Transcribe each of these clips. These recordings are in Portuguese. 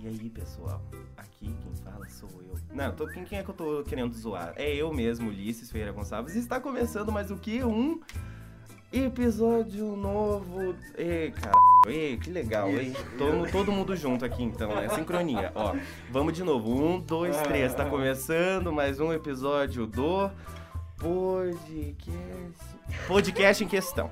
E aí, pessoal? Aqui quem fala sou eu. Não, tô, quem, quem é que eu tô querendo zoar? É eu mesmo, Ulisses Ferreira Gonçalves. Está começando mais o que? Um episódio novo. Ei, cara. Ei, que legal, ei. Todo, todo mundo junto aqui então, né? Sincronia. Ó, vamos de novo. Um, dois, três. Tá começando mais um episódio do podcast. Podcast em questão.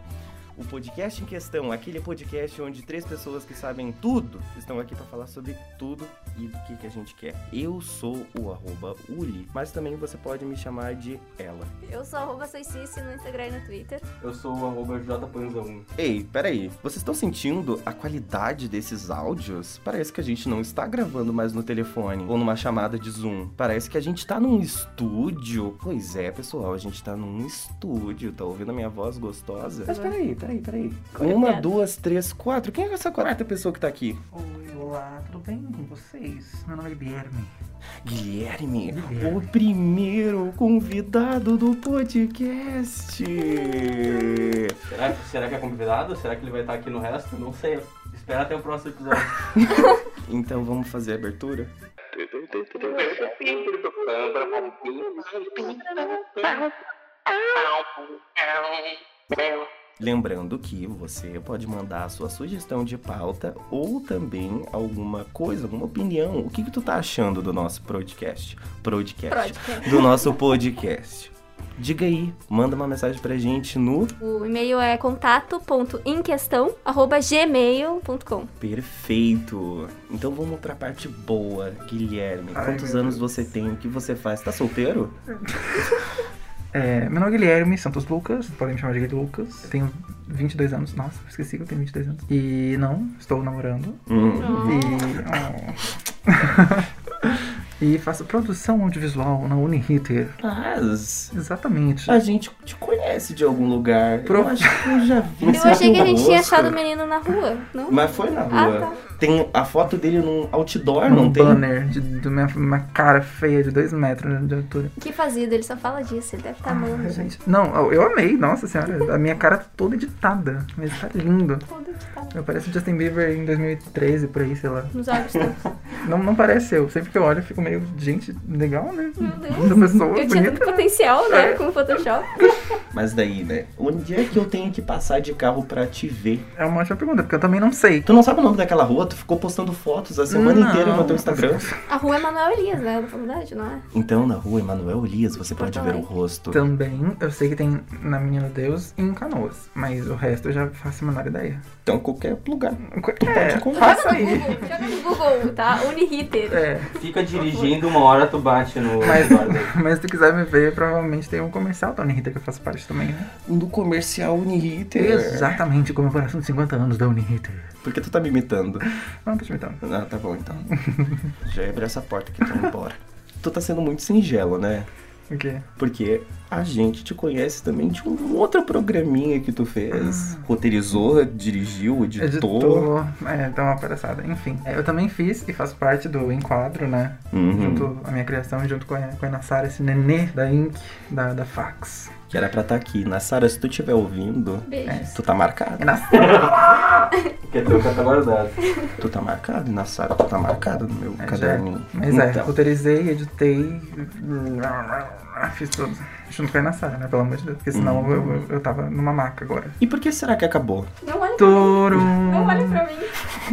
O podcast em questão, aquele podcast onde três pessoas que sabem tudo estão aqui para falar sobre tudo e do que, que a gente quer. Eu sou o arroba Uli, mas também você pode me chamar de ela. Eu sou arroba Soicice no Instagram e no Twitter. Eu sou o arroba jpanza1. Ei, peraí, vocês estão sentindo a qualidade desses áudios? Parece que a gente não está gravando mais no telefone ou numa chamada de Zoom. Parece que a gente tá num estúdio. Pois é, pessoal, a gente tá num estúdio. Tá ouvindo a minha voz gostosa? Mas peraí, peraí, peraí. Uma, Obrigada. duas, três, quatro. Quem é essa quarta pessoa que tá aqui? Oi, olá, tudo bem com vocês? Meu nome é Guilherme. Guilherme, Guilherme. o primeiro convidado do podcast. Será, que- será que é convidado? Será que ele vai estar aqui no resto? Não sei. Espera até o próximo episódio. Então vamos fazer a abertura? Lembrando que você pode mandar a sua sugestão de pauta ou também alguma coisa, alguma opinião. O que, que tu tá achando do nosso podcast? Podcast. Pronto. Do nosso podcast. Diga aí, manda uma mensagem pra gente no O e-mail é contato.inquestão.gmail.com. Perfeito. Então vamos pra parte boa, Guilherme. Ai, Quantos meu anos Deus. você tem? O que você faz? Tá solteiro? É, meu nome é Guilherme Santos Lucas, podem me chamar de Guilherme Lucas. Tenho 22 anos, nossa, esqueci que eu tenho 22 anos. E não, estou namorando. Hum. E. oh. e faço produção audiovisual na Uniriter. Mas Exatamente. a gente te conhece de algum lugar. Pro- Eu acho que eu já vi. Eu esse achei que a gente tinha rosto. achado o menino na rua, não? Mas foi na rua. Ah, tá. Tem a foto dele num outdoor, não Um tem? banner de, de minha, uma cara feia de 2 metros de altura. Que fazido, ele só fala disso, ele deve estar amando, Ai, gente. gente. Não, eu- eu amei, nossa senhora. A minha cara tá toda editada, mas tá lindo. Tudo que tá Eu pareço o Justin Bieber em 2013, por aí, sei lá. Nos olhos né? dele. Não, não parece eu. Sempre que eu olho, eu fico meio, gente, legal, né? Meu Deus. Essa pessoa Eu tinha tanto bonita. potencial, né? Com o Photoshop. Mas daí, né? Onde é que eu tenho que passar de carro pra te ver? É uma ótima pergunta, porque eu também não sei. Tu não sabe o nome daquela rua? Tu ficou postando fotos a semana Não. inteira no teu Instagram. A rua é Manuel Elias, né? Da faculdade, não é? Então, na rua Emanuel Elias, você pode ver o Alegre. rosto. Então- Também, eu sei que tem na Menina Deus e em Canoas, mas o resto eu já faço a menor ideia. Então, qualquer lugar. É, pode comprar. faça aí. Google, joga no Google, tá? Uniriter. É, Fica dirigindo, uma hora tu bate no Mas- episódio aí. mas se tu quiser me ver, provavelmente tem um comercial da Uniriter que eu faço parte também, né? um Do comercial Uniriter. Exatamente, comemoração de 50 anos da Uniriter. Por que tu tá me imitando? Não, tô te imitando. Ah, tá bom então. Já abre essa porta que tu vai embora. Tu tá sendo muito singelo, né? O quê? Porque a gente te conhece também de um outro programinha que tu Ah. fez. Roteirizou, dirigiu, editou. Editor. É, dá uma palhaçada. Enfim, é, eu também fiz e faço parte do Enquadro, né? Uhum. Junto a minha criação, junto com a, com a Ana Sara, esse nenê da Inc, da, da Fax. Que era pra estar aqui. Na Sara, se tu estiver ouvindo, Beijos. tu tá marcado. Ana Porque teu tá guardado. Tu tá marcado. E na Sara, tu tá marcado no meu É, caderninho. Mas é, então, roteirizei, editei, fiz tudo. Junto com a Ana Sara, né? Pelo amor de Deus, porque senão Uhum. eu, eu, eu tava numa maca agora. E por que será que acabou? Não olha pra mim. Toro! Não olha pra mim.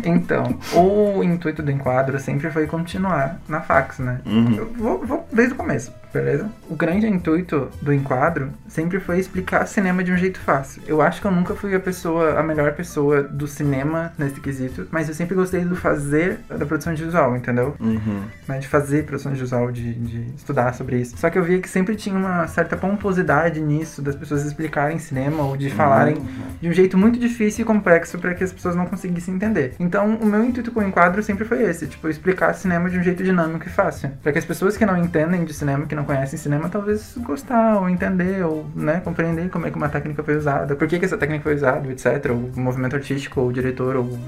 Então, o intuito do enquadro sempre foi continuar na fax, né? Uhum. Eu vou, vou desde o começo, beleza? O grande intuito do enquadro sempre foi explicar cinema de um jeito fácil. Eu acho que eu nunca fui a pessoa, a melhor pessoa do cinema nesse quesito, mas eu sempre gostei do fazer da produção de visual, entendeu? Uhum. né, de fazer produção de visual, de, de estudar sobre isso. Só que eu via que sempre tinha uma certa pomposidade nisso, das pessoas explicarem cinema ou de falarem de um jeito muito difícil e complexo para que as pessoas não conseguissem entender. Então, o meu intuito com o enquadro sempre foi esse, tipo, explicar cinema de um jeito dinâmico e fácil, para que as pessoas que não entendem de cinema, que não conhecem cinema, talvez gostar ou entender ou, né, compreender como é que uma técnica foi usada, por que que essa técnica foi usada, etc, ou o movimento artístico, ou o diretor, ou...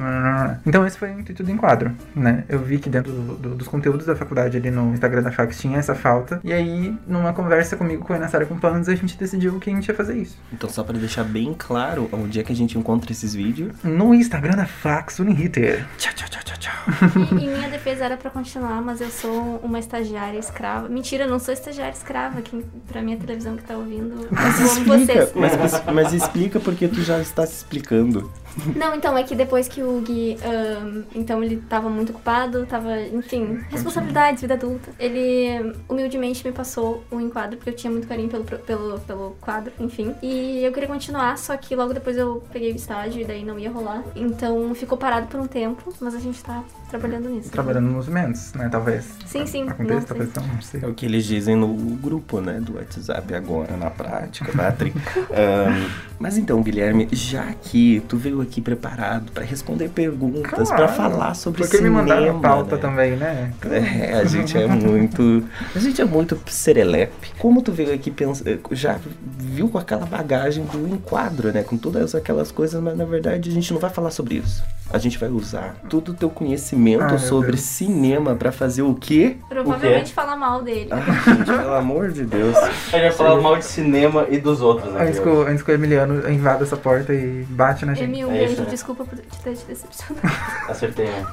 Então, esse foi o intuito do enquadro, né? Eu vi que dentro do- do- dos conteúdos da faculdade ali no Instagram da Fax tinha essa falta, e aí, numa conversa comigo, com a Ana Sara, com o Panos, a gente decidiu que a gente ia fazer isso. Então, só pra deixar bem claro onde é que a gente encontra esses vídeos. No Instagram da Fax Uniriter. Tchau, tchau, tchau, tchau, tchau. E, em minha fez era pra continuar, mas eu sou uma estagiária escrava. Mentira, eu não sou estagiária escrava. Quem, pra minha televisão que tá ouvindo, eu amo vocês. mas, mas explica porque tu já está se explicando. Não, então, é que depois que o Gui, ahn, então ele tava muito ocupado, tava, enfim, responsabilidades, vida adulta. Ele humildemente me passou o enquadro, porque eu tinha muito carinho pelo, pro- pelo, pelo quadro, enfim. E eu queria continuar, só que logo depois eu peguei o estágio e daí não ia rolar. Então ficou parado por um tempo, mas a gente tá trabalhando nisso. Trabalhando nos menos, né? Talvez. Sim, sim. Aconteça, Não sei. talvez não, não sei. É o que eles dizem no grupo, né, do WhatsApp agora, na prática, Patrick. Ahn, mas então, Guilherme, já que tu veio aqui preparado pra responder perguntas, pra Claro, falar sobre Porque me cinema, mandaram a pauta né? também, né? É, a gente é muito. A gente é muito serelepe. Como tu veio aqui pens- eh, já viu com aquela bagagem do enquadro, né? Com todas aquelas coisas, mas na verdade a gente não vai falar sobre isso. A gente vai usar todo o teu Ai, conhecimento Ah, meu sobre Deus. cinema pra fazer o quê? Provavelmente falar mal dele. Ah, gente, pelo amor de Deus. A gente vai falar mal de cinema e dos outros, né? Antes que, o, antes que o Emiliano invada essa porta e bate na gente. Emi, um É isso, beijo, né? desculpa por te ter te decepcionado. Acertei, né?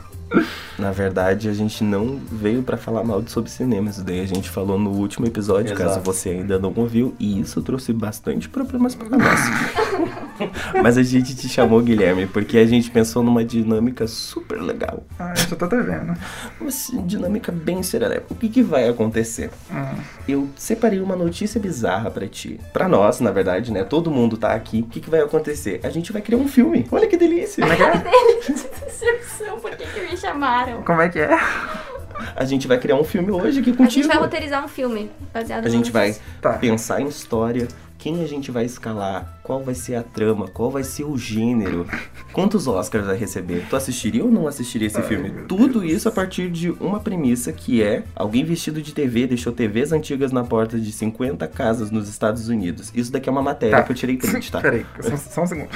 Na verdade, a gente não veio pra falar mal de sobre cinema. Isso daí a gente falou no último episódio, Exato. caso você ainda não ouviu. E isso trouxe bastante problemas pra nós. Mas a gente te chamou, Guilherme, porque a gente pensou numa dinâmica super legal. Ah, eu já tô até vendo. Uma assim, dinâmica bem serelepa. O que, que vai acontecer? Hum. Eu separei uma notícia bizarra pra ti. Pra nós, na verdade, né? Todo mundo tá aqui. O que, que vai acontecer? A gente vai criar um filme. Olha que delícia! Decepção, por que, que me chamaram? Como é que é? A gente vai criar um filme hoje aqui A gente contigo. vai roteirizar um filme baseado A gente no- vai Tá. pensar em história, quem a gente vai escalar, qual vai ser a trama, qual vai ser o gênero, quantos Oscars vai receber. Tu assistiria ou não assistiria esse filme? Tudo isso a partir de uma premissa que é alguém vestido de TV deixou TVs antigas na porta de 50 casas nos Estados Unidos. Isso daqui é uma matéria Tá. que eu tirei print, tá? Peraí, só, só um segundo.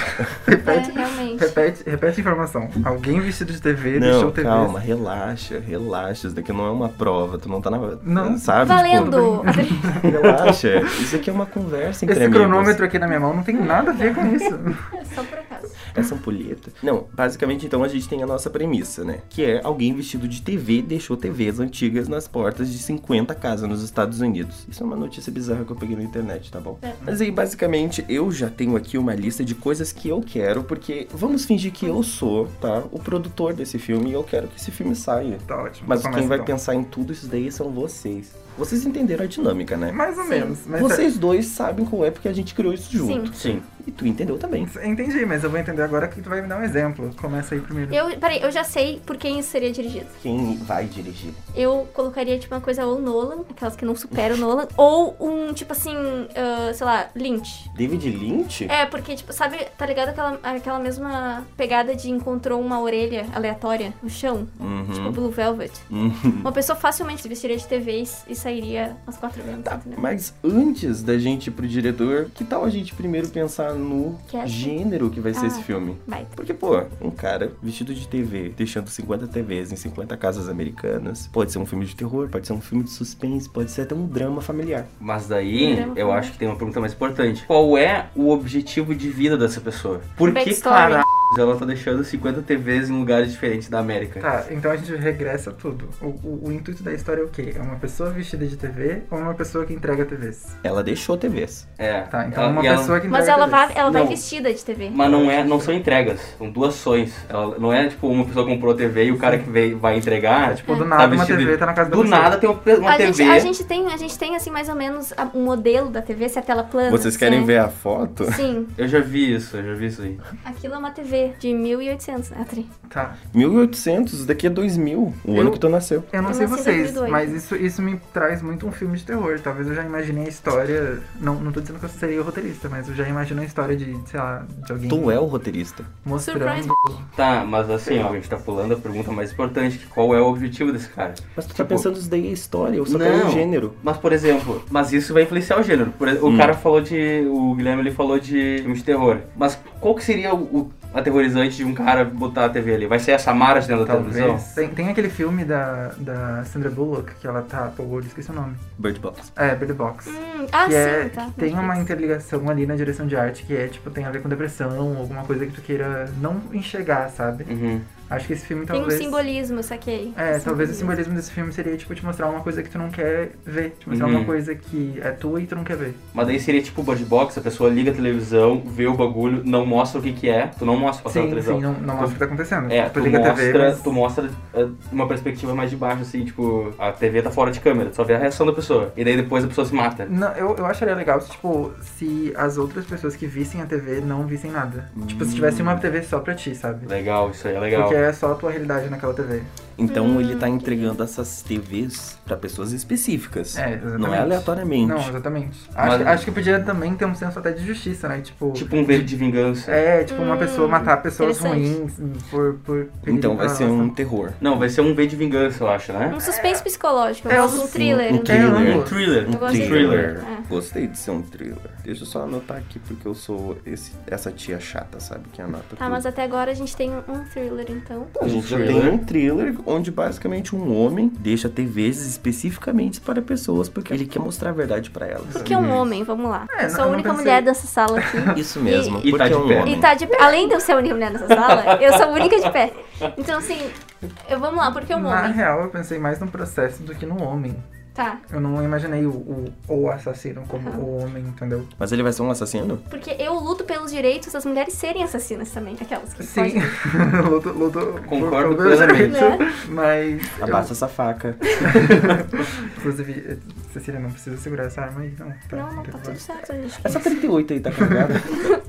É, repete, realmente. repete, repete a informação. Alguém vestido de TV deixou Não, TV. calma, relaxa, relaxa. Isso daqui não é uma prova, tu não tá na. Não. sabe? Valendo! Tipo, relaxa. Isso aqui é uma conversa entre Esse amigos. cronômetro aqui na minha mão não tem nada a ver com isso. É Só por acaso. Essa ampulheta. Não, basicamente então a gente tem a nossa premissa, né? Que é alguém vestido de TV deixou TVs antigas nas portas de 50 casas nos Estados Unidos. Isso é uma notícia bizarra que eu peguei na internet, tá bom? É. Mas aí, basicamente, eu já tenho aqui uma lista de coisas que eu quero, porque vamos fingir que eu sou, tá? O produtor desse filme e eu quero que esse filme saia. Tá ótimo. Mas Começa, quem vai então. pensar em tudo isso daí são vocês. Vocês entenderam a dinâmica, né? Mais ou Sim. menos. Mas é- Vocês dois sabem qual é porque a gente criou isso junto. Sim. Sim. E tu entendeu também. Entendi, mas eu vou entender agora que tu vai me dar um exemplo. Começa aí primeiro. Eu, peraí, eu já sei por quem isso seria dirigido. Quem vai dirigir? Eu colocaria, tipo, uma coisa ou Nolan, aquelas que não superam o Nolan, ou um, tipo assim, ah, sei lá, Lynch. David Lynch? É, porque, tipo, sabe, tá ligado aquela, aquela mesma pegada de encontrou uma orelha aleatória no chão? Uhum. Tipo, Uhum. Blue Velvet. Uma pessoa facilmente se vestiria de TV e, e sairia às quatro vezes, Tá, entendeu? mas antes da gente ir pro diretor, que tal a gente primeiro pensar no Que é- gênero que vai ser Ah. esse filme? Vai. Porque, pô, um cara vestido de TV, deixando 50 TVs em 50 casas americanas, pode ser um filme de terror, pode ser um filme de suspense, pode ser até um drama familiar. Mas daí, Programa eu familiar. acho que tem uma pergunta mais importante. Qual é o objetivo de vida dessa pessoa? Por que Backstory. caralho ela tá deixando 50 TVs em lugares diferentes da América? Tá, então a gente regressa tudo. O, o- o intuito da história é o quê? É uma pessoa vestida de TV ou uma pessoa que entrega TVs? Ela deixou TVs. É. Tá, então ela- uma e ela- pessoa que entrega Mas ela TVs. vai, ela vai Não. vestida de TV. Mas não, é, não são entregas, são duas ações. Ela não é tipo uma pessoa comprou a TV e o cara que veio, vai entregar. Tipo, Pô, É. É. do tá nada uma vestido TV de- tá na casa da Do pessoa. nada tem uma, uma a, TV. gente, a gente tem, a gente tem assim mais ou menos a- um modelo da TV, se é tela plana. se é- ver a foto? Sim, Eu já vi isso, eu já vi isso aí. aquilo é uma TV de 1800, né, Tri? Tá. 1800, isso daqui é 2000, o ano Eu- que tu nasceu. Eu não Eu sei nasci em vocês, 2002. mas isso, isso me traz muito um filme de terror. Talvez eu já imaginei a história. Não, não tô dizendo que eu seria o roteirista, mas eu já imagino a história de, sei lá, de alguém Tu é o roteirista. Surprise, mostrando. Tá, mas assim, ó, a gente tá pulando a pergunta mais importante, que qual é o objetivo desse cara? Mas tu tá Tipo, pensando isso daí é história, eu só quero não. um gênero. Mas, por exemplo, mas isso vai influenciar o gênero. Por exemplo, Hum. O cara falou de. O Guilherme ele falou de filme de terror. Mas qual que seria o, o aterrorizante de um cara botar a TV ali? Vai ser a Samara de dentro da televisão? Talvez. Tem, tem aquele filme da, da Sandra Bullock, que ela tá. Pô, eu esqueci o nome. Bird Box. É, Bird Box. Hum, ah, que sim, é, tá. que tem uma interligação ali na direção de arte que é, tipo, tem a ver com depressão, alguma coisa que tu queira não enxergar, sabe? Uhum. Acho que esse filme Tem um talvez. simbolismo, saquei. É, Um talvez o simbolismo desse filme seria, tipo, te mostrar uma coisa que tu não quer ver. Te mostrar Uhum. uma coisa que é tua e tu não quer ver. Mas daí seria tipo o Bird Box, a pessoa liga a televisão, vê o bagulho, não mostra o que que é, tu não mostra o que é a Sim, televisão. sim, não, não mostra o que tá acontecendo. É, tu tu liga mostra, a TV, mas... tu mostra uh, uma perspectiva mais de baixo, assim, tipo, a TV tá fora de câmera, tu só vê a reação da pessoa. E daí depois a pessoa se mata. Não, eu, eu acharia legal se, tipo, se as outras pessoas que vissem a TV não vissem nada. Tipo, se tivesse uma TV só pra ti, sabe? Legal, isso aí é legal. Porque é só a tua realidade naquela TV. Então ele tá entregando essas TVs pra pessoas específicas. É, exatamente. Não é aleatoriamente. Não, exatamente. Acho, Mas- acho que podia também ter um senso até de justiça, né? Tipo, Tipo um verde de vingança. é, tipo, uma Hum, pessoa matar pessoas ruins hum, interessante. por, por Então vai perigo ser pra um nossa- terror. Não, vai ser um V de vingança, eu acho, né? Um suspense psicológico, É, um, um- um thriller. um um- thriller. É, Um ambos. thriller. Eu gosto de thriller. thriller. É. Gostei de ser um thriller. Deixa eu só anotar aqui, porque eu sou esse- essa tia chata, sabe? Que anota Tá, tudo. mas até agora a gente tem um thriller, então. A gente já tem um thriller onde basicamente um homem deixa TVs especificamente para pessoas porque ele quer mostrar a verdade para elas. Porque um homem, vamos lá. É, sou não- a não única pensei- mulher dessa sala aqui. Isso mesmo, E- e porque tá de é um pé. homem. E tá de pé. Além de eu ser a única mulher nessa sala, eu sou a única de pé. Então, assim, eu, vamos lá, porque um Na homem. real, eu pensei mais no processo do que no homem. Tá. Eu não imaginei o, o, o assassino como o homem, entendeu? Mas ele vai ser um assassino? Porque eu luto pelos direitos das mulheres serem assassinas também. Aquelas que Sim, podem- luto, luto Concordo pelo plenamente. Né? jeito, mas... eu- Abaixa essa faca. Inclusive, eh, Cecília, não precisa segurar essa arma aí, não. Tá, Não, não, tá bom. tudo certo, gente. É Essa 38 aí tá carregada.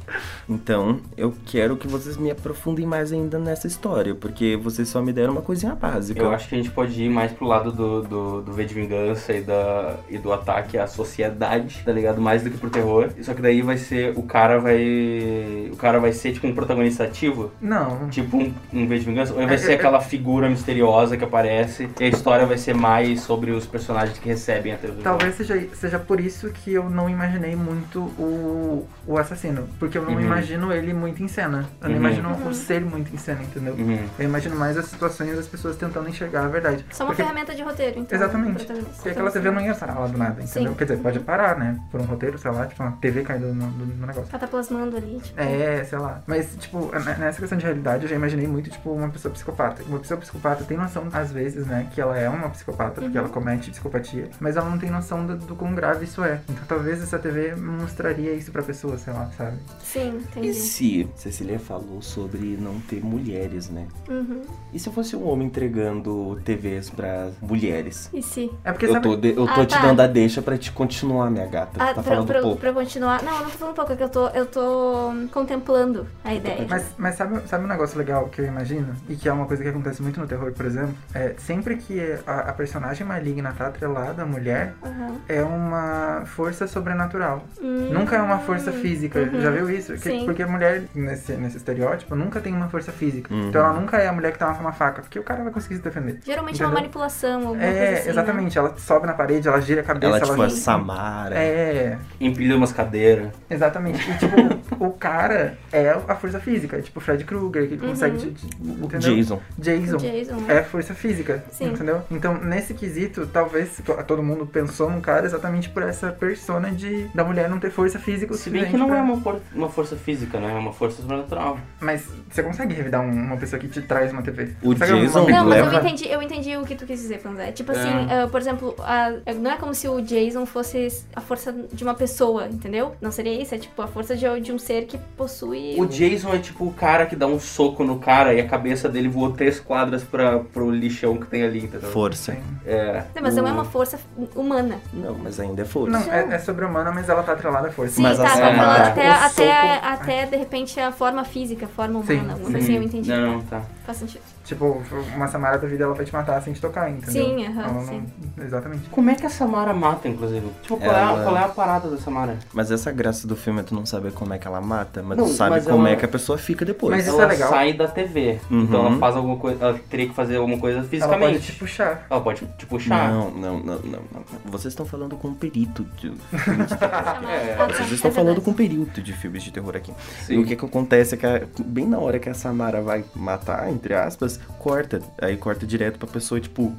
então, eu quero que vocês me aprofundem mais ainda nessa história, porque vocês só me deram uma coisinha básica. Eu acho que a gente pode ir mais pro lado do, do, do V de Vingança e, da, e do ataque à sociedade, tá ligado? Mais do que pro terror. Só que daí vai ser. O cara vai. O cara vai ser tipo um protagonista ativo. Não, Tipo um, um V de Vingança. Ou ele vai ser aquela figura misteriosa que aparece. E a história vai ser mais sobre os personagens que recebem a televisão. talvez seja, seja por isso que eu não imaginei muito o, o assassino. Porque eu não Uhum. imagino ele muito em cena. Eu não Uhum. imagino o ser muito em cena, entendeu? Uhum. Eu imagino mais as situações das pessoas tentando enxergar a verdade. Só uma Porque- ferramenta de roteiro, então. Exatamente. protagonista. Porque aquela TV não ia parar lá do nada, entendeu? Sim. Quer dizer, pode parar, né? Por um roteiro, sei lá, tipo, uma TV caindo no, no- no negócio. Cataplasmando ali, tipo. É, sei lá. Mas, tipo, n- nessa questão de realidade, eu já imaginei muito, tipo, uma pessoa psicopata. Uma pessoa psicopata tem noção, às vezes, né, que ela é uma psicopata, porque ela comete psicopatia, mas ela não tem noção do, do quão grave isso é. Então, talvez essa TV mostraria isso pra pessoa, sei lá, sabe? Sim, E entendi. se Cecília falou sobre não ter mulheres, né? Uhum. E se eu fosse um homem entregando TVs pra mulheres? E se? É porque, Eu sabe, tô, de- eu tô Ah, te tá. dando a deixa pra te continuar, minha gata. Ah, tá pra, falando pra- pouco. pra continuar. Não, eu não tô falando pouco, é que eu tô, eu tô hum, contemplando a ideia. Mas, mas sabe, sabe um negócio legal que eu imagino? E que é uma coisa que acontece muito no terror, por exemplo? É, sempre que a, a personagem maligna tá atrelada à mulher, Aham. é uma força sobrenatural. Hum. Nunca é uma força física. Uhum. Já viu isso? Que- Sim. porque a mulher, nesse, nesse estereótipo, nunca tem uma força física. Uhum. Então ela nunca é a mulher que tá com uma faca, porque o cara vai conseguir se defender. Geralmente é Entendeu? uma manipulação, alguma coisa É, assim. né? exatamente. Ela sobe na parede, ela gira a cabeça, Ela, ela. tipo, a Samara. É, Empilha umas cadeiras. exatamente. E tipo, o cara é a força física. É tipo o Fred Krueger, que ele Uhum. consegue. te- te- entendeu? Jason. Jason. Jason. né? É força física, Sim. entendeu? Então, nesse quesito, talvez to- todo mundo pensou num cara exatamente por essa persona de da mulher não ter força física o Se bem que suficiente não pra- é uma, por- uma força física, né? É uma força sobrenatural. Mas você consegue revidar um- uma pessoa que te traz uma TV? O Sabe alguma- Jason Não, mas leva- É. eu entendi, eu entendi o que tu quis dizer, Panzé. Tipo assim, ah, por exemplo, a- não é como se o Jason fosse a força de uma pessoa, entendeu? Não seria isso, é tipo a força de, de um ser que possui. um O Jason é tipo o cara que dá um soco no cara e a cabeça dele voou três quadras pra, pro lixão que tem ali, entendeu? Força. Sim. É. Não, mas não é o- uma força humana. Não, mas ainda é força. Não, é, é sobre-humana, mas ela tá atrelada à força. Sim, Mas tá, a- tá é, falando tá. até, O até, soco- até, de repente, a forma física, a forma Sim, humana, alguma sim. coisa assim, eu entendi. Não, não, tá. Faz sentido. Tipo, uma Samara da vida, ela vai te matar sem te tocar, entendeu? Sim, aham, Ela não- sim. Exatamente. Como é que a Samara mata, inclusive? Tipo, qual, é, Ela- a, qual é a parada da Samara? Mas essa graça do filme é tu não saber como é que ela mata, mas Não, tu sabe mas como ela- é que a pessoa fica depois. Mas isso ela é legal. sai da TV. Uhum. Então ela faz alguma coisa. Ela teria que fazer alguma coisa Ela pode fisicamente. te puxar. Ela pode, te puxar. Não, não, não, não, não. Vocês estão falando com um perito de. É, Ah, tá, Vocês é estão verdade. falando com um perito de filmes de terror aqui. E o que, que acontece é que a- bem na hora que a Samara vai matar, entre aspas, corta. Aí corta direto pra pessoa, tipo,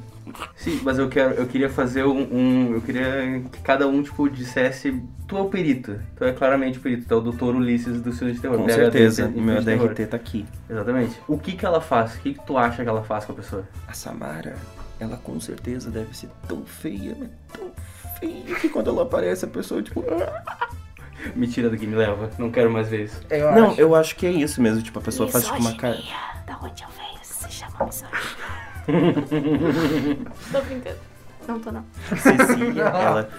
Sim, mas eu quero, eu queria fazer um, um- eu queria que cada um tipo dissesse, tu é o perito, tu é claramente o perito, tu é o doutor Ulisses do filme de terror. Com PhD certeza, em filme o meu de terror. DRT tá aqui. Exatamente. O que que ela faz? O que que tu acha que ela faz com a pessoa? A Samara, ela com certeza deve ser tão feia, mas tão feia, que quando ela aparece a pessoa, tipo... "Ah". Me tira daqui, me leva. Não quero mais ver isso. Eu Não, acho. eu acho que é isso mesmo, tipo, a pessoa faz tipo uma cara... Misoginia. Da onde eu venho, se chama misoginia. tô brincando. Não tô, não. Cecília, ela...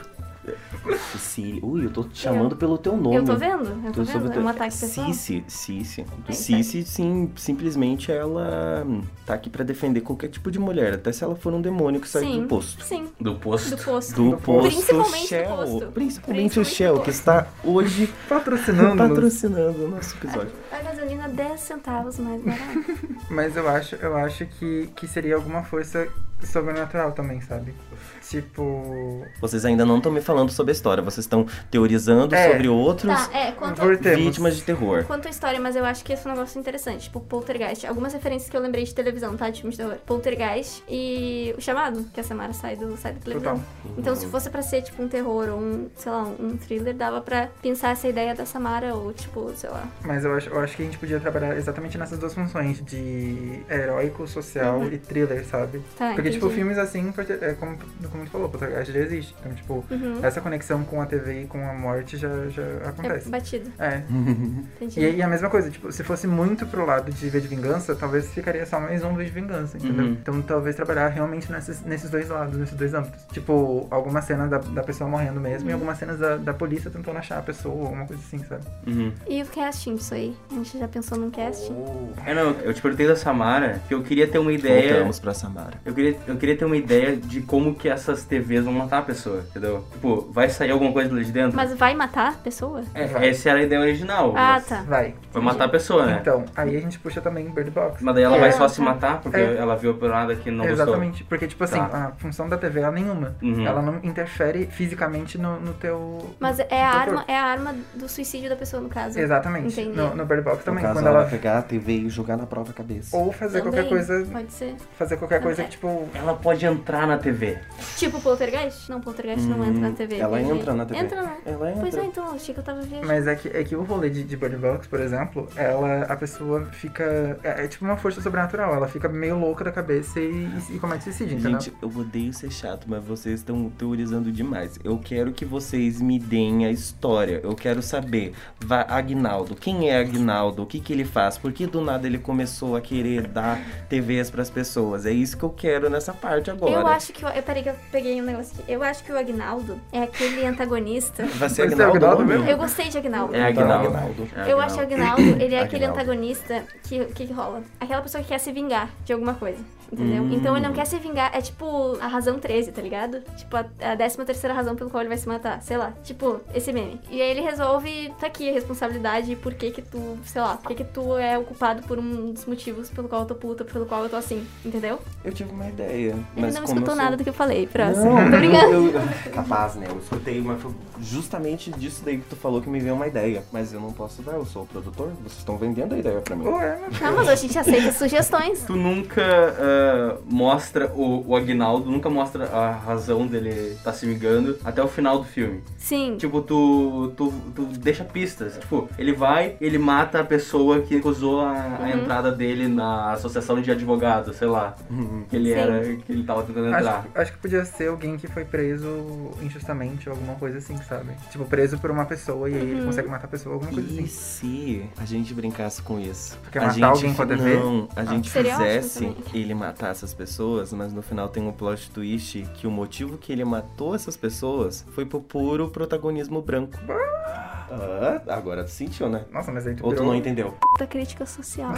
Cecília, ui, eu tô te chamando pelo teu nome. Eu tô vendo, eu tô vendo. É um ataque pessoal. Cici, Cici. É, Cici, sim, simplesmente ela tá aqui pra defender qualquer tipo de mulher, até se ela for um demônio que sai Sim. do posto. Sim, Do do posto. posto. Do posto Principalmente do Shell. posto. Principalmente o Principalmente Shell, do que está hoje Patrocinando. patrocinando o nosso episódio. A gasolina 10 centavos mais barata. Mas eu acho, eu acho que, que seria alguma força sobrenatural também, sabe? Tipo. Vocês ainda não estão me falando sobre a história, vocês estão teorizando É. sobre outros tá, é, quanto, Voltemos. vítimas de terror. quanto à história, mas eu acho que esse é um negócio interessante. Tipo, Poltergeist. Algumas referências que eu lembrei de televisão, tá? De filmes de terror. Poltergeist e o chamado, que a Samara sai do, sai da televisão. Então, se fosse pra ser, tipo, um terror ou um, sei lá, um thriller, dava pra pensar essa ideia da Samara ou, tipo, sei lá. Mas eu acho, eu acho que a gente podia trabalhar exatamente nessas duas funções, de heróico, social Uhum. e thriller, sabe? Tá, Porque, tipo, entendi. filmes assim, porque- é como, como tu falou, Poltergeist já existe. Então, tipo, Uhum. essa conexão com a TV e com a morte já, já É acontece. batido, É. entendi. E, aí a mesma coisa, tipo, se fosse muito pro lado de V de Vingança, talvez ficaria só mais um V de Vingança, entendeu? Uhum. Então talvez trabalhar realmente nesses, nesses dois lados, nesses dois âmbitos. Tipo, algumas cenas da, da pessoa morrendo mesmo e Uhum. algumas cenas da, da polícia tentando achar a pessoa, alguma coisa assim, sabe? Uhum. E o casting disso aí? A gente já pensou num casting? É, não, eu te perguntei da Samara que eu queria ter uma ideia. Voltamos pra Samara. Eu queria, eu queria ter uma ideia de como que essas TVs vão matar a pessoa, entendeu? Tipo, vai sair alguma coisa lá de dentro? Mas vai matar a pessoa? É, essa era a ideia original. Ah, mas tá. Vai. Vai matar a pessoa, né? Então, aí a gente puxa também Bird Box. Mas daí ela É, vai só tá. se matar porque É. ela viu a nada que não Exatamente, porque tipo assim, Tá. a função da TV é nenhuma. Uhum. Ela não interfere fisicamente no, no teu. Mas é Então, a, arma, é a arma do suicídio da pessoa, no caso. Exatamente. Entendi. No, no Bird Box também. no caso, Quando ela ela. vai pegar a TV e jogar na prova a cabeça. Ou fazer qualquer Também, coisa. Pode ser. Fazer qualquer coisa que, Também. tipo. gostou. Ela pode entrar na TV. Tipo Poltergeist? Não, Poltergeist não entra na TV. Hum, Ela entendi. entra na TV. Entra, né? Ela entra. Pois é, então, achei que eu tava viajando. Mas é que, é que o rolê de, de Bird Box, por exemplo, ela. A pessoa fica. É, é tipo uma força sobrenatural. Ela fica meio louca da cabeça e, e, e comete suicídio, entendeu? Gente, eu odeio ser chato, mas vocês estão teorizando demais. Eu quero que vocês me deem a história. Eu quero saber, va Agnaldo, quem é Agnaldo? O que, que ele faz? Por que do nada ele começou a querer dar TVs pras pessoas? É isso que eu quero nessa parte agora. Eu acho que. Eu, eu- peraí, que eu peguei um negócio aqui. Eu acho que o Agnaldo é aquele antagonista. Vai ser Vai ser Agnaldo, mesmo? Agnaldo Então, mesmo? Eu gostei de Agnaldo. É Agnaldo. Agnaldo. É Eu Agnaldo. acho que o Agnaldo, ele é aquele Agnaldo. antagonista que o que, que rola? Aquela pessoa que quer se vingar de alguma coisa, entendeu? Então ele não quer se vingar, é tipo a razão 13, tá ligado? Tipo, a, a 13 terceira razão pelo qual ele vai se matar, sei lá. Tipo, esse meme. E aí ele resolve, tá aqui a responsabilidade e por que que tu, sei lá, por que que tu é o culpado por um dos motivos pelo qual eu tô puta, pelo qual eu tô assim, entendeu? Eu tive uma ideia. Ele mas não como assim? escutou eu sou- nada do que eu falei, próximo. Não, Tô brincando. eu- eu- capaz, né? Eu escutei, mas foi justamente disso daí que tu falou que me veio uma ideia. Mas eu não posso dar, eu sou o produtor, vocês estão vendendo a ideia pra mim. Ou é, mas- Não, mas a gente aceita sugestões. Tu nunca ah, mostra o, o Agnaldo, nunca mostra a razão dele tá se vingando até o final do filme. Sim. Tipo, tu, tu, tu deixa pistas. Tipo, ele vai, ele mata a pessoa que acusou a, a Uhum. entrada dele na associação de advogados, sei lá. Que ele Sim. era, que ele tava tentando entrar. Acho, acho que podia ser alguém que foi preso injustamente, alguma coisa assim, sabe? Tipo, preso por uma pessoa e aí Uhum. ele consegue matar a pessoa, alguma coisa E assim. se a gente brincasse com isso? Quer a matar gente, alguém com a Ah. TV? Não, a gente Seria ótimo fizesse também. ele matar essas pessoas, mas no final tem um plot twist que o motivo que ele matou essas pessoas foi por puro protagonismo branco. Ah, agora tu sentiu, né? Nossa, mas aí tu Ou tu pirou. não entendeu. Da crítica social.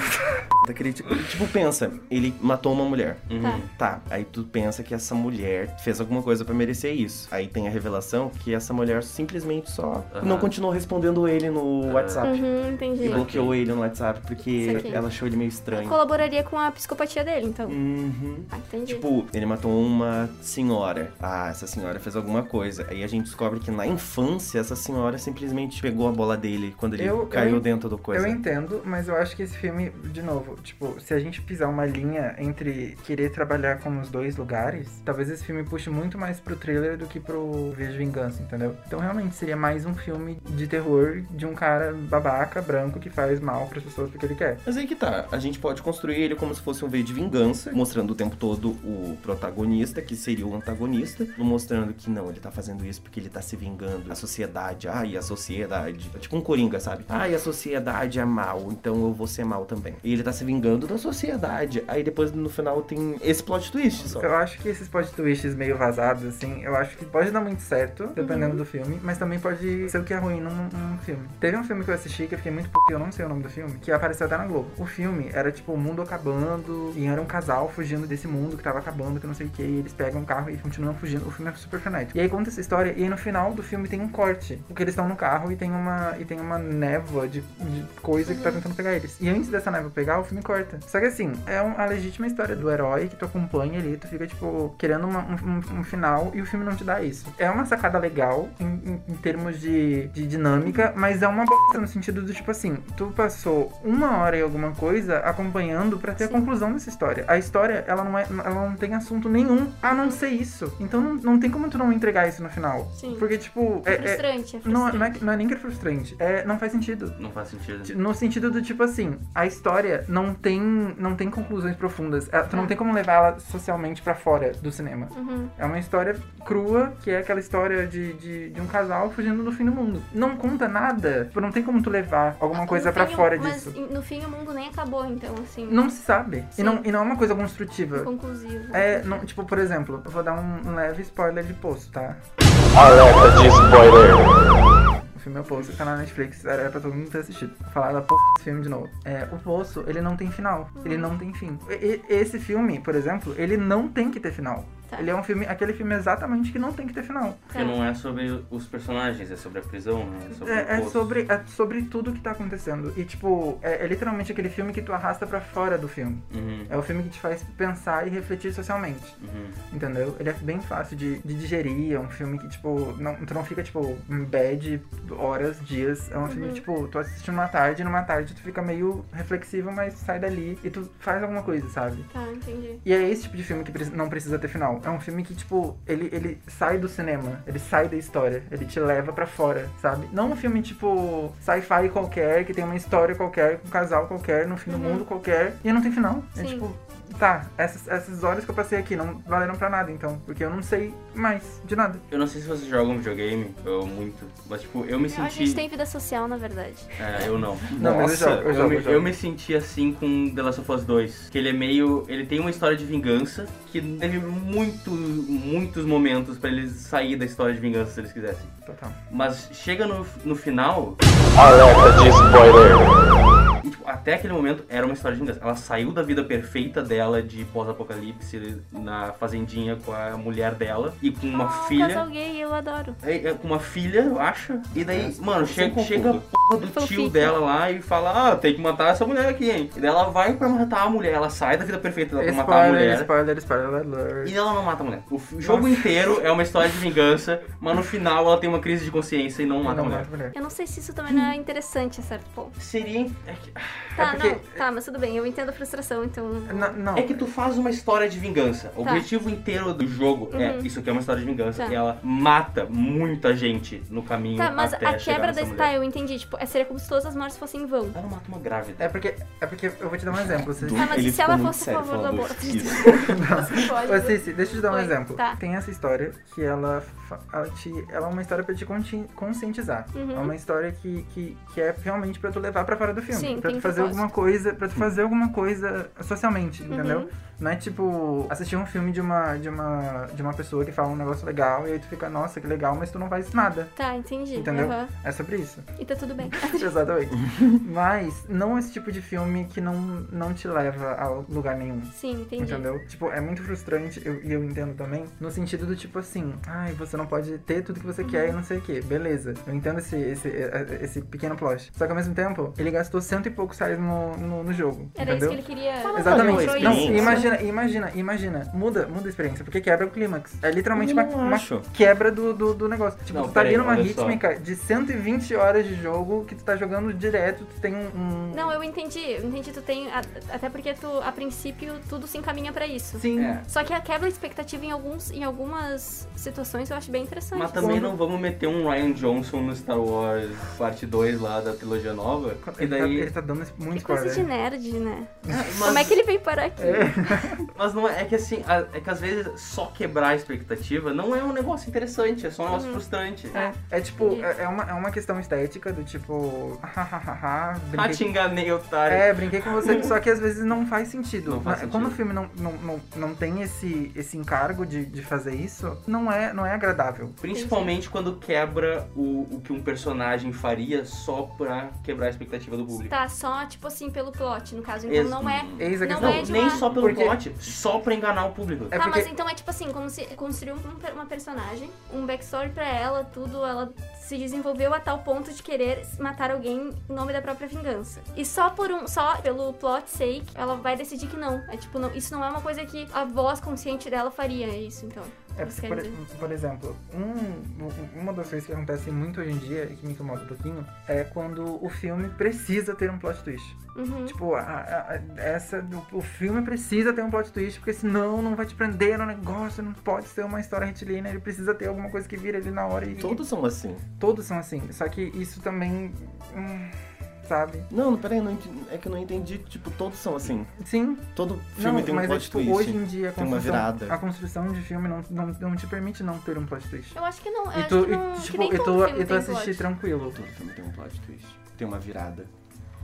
Tá crítico. Tipo, pensa, ele matou uma mulher. Uhum. Tá. Tá, aí tu pensa que essa mulher fez alguma coisa pra merecer isso. Aí tem a revelação que essa mulher simplesmente só Aham. não continuou respondendo ele no WhatsApp. Uhum, E entendi. bloqueou ele no WhatsApp porque Saquei. ela achou ele meio estranho. colaboraria com a psicopatia dele, então. Uhum. Ah, entendi. Tipo, ele matou uma senhora. Ah, essa senhora fez alguma coisa. Aí a gente descobre que na infância essa senhora simplesmente pegou a bola dele quando ele Eu- eu caiu en- dentro do coisa. Eu entendo, mas eu acho que esse filme, de novo, tipo, se a gente pisar uma linha entre querer trabalhar com os dois lugares, talvez esse filme puxe muito mais pro thriller do que pro V de Vingança, entendeu? Então realmente seria mais um filme de terror de um cara babaca, branco, que faz mal pras pessoas porque ele quer. Mas aí que tá, a gente pode construir ele como se fosse um V de vingança, mostrando o tempo todo o protagonista, que seria o antagonista, mostrando que não, ele tá fazendo isso porque ele tá se vingando. A sociedade, ai, a sociedade. É Tipo um coringa, sabe? Ai, a sociedade é mal, então eu vou ser mal também. E ele tá se vingando da sociedade. Aí depois no final tem esse plot twist só. Eu acho que esses plot twists meio vazados, assim, eu acho que pode dar muito certo, dependendo do filme, mas também pode ser o que é ruim num, num filme. Teve um filme que eu assisti que eu fiquei muito p... eu não sei o nome do filme, que apareceu até na Globo. O filme era tipo o mundo acabando, e era um casal fugindo desse mundo que tava acabando, que não sei o que, e eles pegam um carro e continuam fugindo. O filme é super frenético. E aí conta essa história, e aí no final do filme tem um corte, porque eles estão no carro e tem uma, e tem uma névoa de, de coisa que tá tentando pegar eles. E antes dessa névoa pegar, o filme corta. Só que assim, é um- a legítima história do herói que tu acompanha ali, tu fica, tipo, querendo uma- um, um- um final e o filme não te dá isso. É uma sacada legal em, em- em termos de, de dinâmica, mas é uma bosta no sentido do tipo assim, tu passou uma hora e alguma coisa acompanhando pra ter a Sim. conclusão dessa história. A história, ela não é. Ela não tem assunto nenhum a não ser isso. Então não, não tem como tu não entregar isso no final. Sim. Porque, tipo, é- É é, frustrante, é frustrante. não, não é, que- não é nem que é frustrante. É, não faz sentido. Não faz sentido. Tá. No sentido do tipo assim, a história não tem, não tem conclusões profundas. Ela- Tu É. não tem como levar ela socialmente pra fora do cinema. Uhum. É uma história crua, que é aquela história de, de, de um casal fugindo do fim do mundo. Não conta nada. Tipo, não tem como tu levar alguma coisa No pra fim, fora mas um- disso. em- no fim o mundo nem acabou, então, assim. Não se sabe. E Sim. não, e não é uma coisa construtiva. Conclusivo. É, não, tipo, por exemplo, eu vou dar um, um leve spoiler de poço, tá? Alerta de spoiler. O filme é o Poço, tá na Netflix, era pra todo mundo ter assistido. Vou Falar da porra desse filme de novo. É, o Poço, ele não tem final. Ele não tem fim. E- e- esse filme, por exemplo, ele não tem que ter final. Tá. Ele é um filme, aquele filme exatamente que não tem que ter final. Porque não é sobre os personagens, é sobre a prisão, né? É sobre o É, é poço. sobre, é sobre tudo que tá acontecendo. E, tipo, é, é literalmente aquele filme que tu arrasta pra fora do filme. Uhum, É o filme que te faz pensar e refletir socialmente. uhum. Entendeu? Ele é bem fácil de, de digerir, é um filme que, tipo, não, tu não fica, tipo, em bed horas, dias. É um filme que, tipo, tu assiste numa tarde, e numa tarde tu fica meio reflexivo, mas sai dali e tu faz alguma coisa, sabe? Tá, entendi. E é esse tipo de filme que preci- não precisa ter final. É um filme que, tipo, ele, ele sai do cinema, ele sai da história, ele te leva pra fora, sabe? Não um filme, tipo, sci-fi qualquer, que tem uma história qualquer, com um casal qualquer, no fim do Uhum. mundo qualquer, e não tem final. É Sim. tipo, tá, essas, essas horas que eu passei aqui não valeram pra nada, então, porque eu não sei mais de nada. Eu não sei se vocês jogam videogame, eu muito, mas tipo, eu me A senti. gente tem vida social, na verdade. É, eu não. Não, mas eu Nossa, jogo, eu Eu jogo, me, eu jogo. eu me senti assim com The Last of Us 2. Que ele é meio. Ele tem uma história de vingança que teve muito, muitos momentos pra ele sair da história de vingança se eles quisessem. Total. Mas chega no, no final, Alerta de spoiler. e, tipo, até aquele momento era uma história de vingança. Ela saiu da vida perfeita dela de pós-apocalipse na fazendinha com a mulher dela e com uma Ah, filha. casal gay, eu adoro. É, é com uma filha, eu acho. E daí, É, mano, sem chega, um confundo. chega a porra do Fanfic. tio dela lá e fala: Ah, tem que matar essa mulher aqui, hein? E daí ela vai pra matar a mulher. Ela sai da vida perfeita dela pra matar a Spoiler, mulher. spoiler, spoiler alert. E ela não mata a mulher. O f- jogo inteiro é uma história de vingança, mas no final ela tem uma crise de consciência e não mata a Não mulher. mata a mulher. Eu não sei se isso também não é interessante a certo ponto. Seria. É que, Tá, porque- não, tá, mas tudo bem, eu entendo a frustração, então. Não, não. é que tu faz uma história de vingança. O Tá. objetivo inteiro do jogo é Uhum. isso aqui é uma história de vingança. Tá. E ela mata muita gente no caminho. Tá, mas até a chegar quebra nessa da. mulher. Tá, eu entendi. Tipo, é- seria como se todas as mortes fossem em vão. Ela mata uma grávida. É porque, é porque eu vou te dar um exemplo. Vocês- Du- Tá, mas ele e se ela ficou muito fosse a sério favor do falando aborto? isso. Você pode. Ô, Cici, deixa eu te dar um Oi, exemplo. tá. Tem essa história que ela, fa- ela, te, ela é uma história pra te conti- conscientizar. Uhum. É uma história que, que, que é realmente pra tu levar pra fora do filme. Sim, pra tem tu fazer propósito. Uhum. alguma coisa, para tu fazer alguma coisa socialmente, entendeu? Não é tipo assistir um filme de uma, de uma de uma pessoa que fala um negócio legal e aí tu fica, nossa, que legal, mas tu não faz nada. Tá, entendi. Entendeu? Aham. É sobre isso. E tá tudo bem. Exatamente. Mas não esse tipo de filme que não, não te leva a lugar nenhum. Sim, entendi. Entendeu? Tipo, é muito frustrante, eu- e eu, entendo também, no sentido do tipo assim, ai, você não pode ter tudo que você quer e não sei o que. Beleza. Eu entendo esse, esse, eh, esse pequeno plot. Só que ao mesmo tempo, ele gastou cento e poucos reais no, no, no jogo. Era entendeu? isso que ele queria. Exatamente. Fala sobre Não, experiência. imagina imagina, imagina, imagina. Muda, muda a experiência, porque quebra o clímax. É Eu literalmente uma, não uma acho. quebra do, do, do negócio. Tipo, Não, tu tá ali peraí, numa olha só. rítmica de 120 horas de jogo que tu tá jogando direto, tu tem um. um- Não, eu entendi. Eu entendi, tu tem. a- Até porque tu, a princípio, tudo se encaminha pra isso. Sim. É. Só que a quebra de expectativa em, alguns, em algumas situações eu acho bem interessante. Mas também não vamos meter um Ryan Johnson no Star Wars parte 2 lá da trilogia nova. E Ele, tá, ele daí. tá dando é muito Que coisa spoiler. de nerd, né? Mas, Como é que ele veio parar aqui? mas não é é que assim, a- é que às vezes só quebrar a expectativa não é um negócio interessante, é só um negócio frustrante. Tá. É tipo, é, é uma, é uma questão estética do tipo. hahaha, Ah, te brinquei, enganei, otário. é, brinquei com você, só que às vezes não faz sentido. Não faz Na- Quando o sentido. filme não, não, não, não tem esse, esse encargo de, de fazer isso, não é, não é agradável. Principalmente quando quebra o, o que um personagem faria só pra quebrar a expectativa do público. Tá, só, tipo assim, pelo plot, no caso. Então Ex- não é. Eis a Não questão. Não, é de nem uma- só pelo Porque- plot, só pra enganar o público. É tá, porque- mas então é tipo assim, como se construiu um- um per- uma personagem, um backstory pra ela, tudo, ela se desenvolveu a tal ponto de querer matar alguém em nome da própria vingança. E só por um, só pelo plot sake, ela vai decidir que não. É tipo, não, isso não é uma coisa que a voz consciente dela faria, é isso, então. É Isso porque, quer por, por exemplo, um- um- uma das coisas que acontece muito hoje em dia e que me incomoda um pouquinho é quando o filme precisa ter um plot twist. Uhum. Tipo, a- a- a- essa, o, o filme precisa ter um plot twist, porque senão não vai te prender no negócio, não pode ser uma história retilínea, ele precisa ter alguma coisa que vira ali na hora e, Todos são assim. e todos são assim. Só que isso também. hum, sabe? Não, peraí, não entendi- é que eu não entendi. Tipo, todos são assim. Sim, Todo filme não, tem um mas é, plot tipo, twist. hoje em dia a tem uma construção, virada. a construção de filme não, não, não te permite não ter um plot twist. Eu acho que não, eu E acho tu, que não, e, que tipo, nem e tu, todo filme e tu tem assistir plot. tranquilo. Todo filme tem um plot twist. Tem uma virada.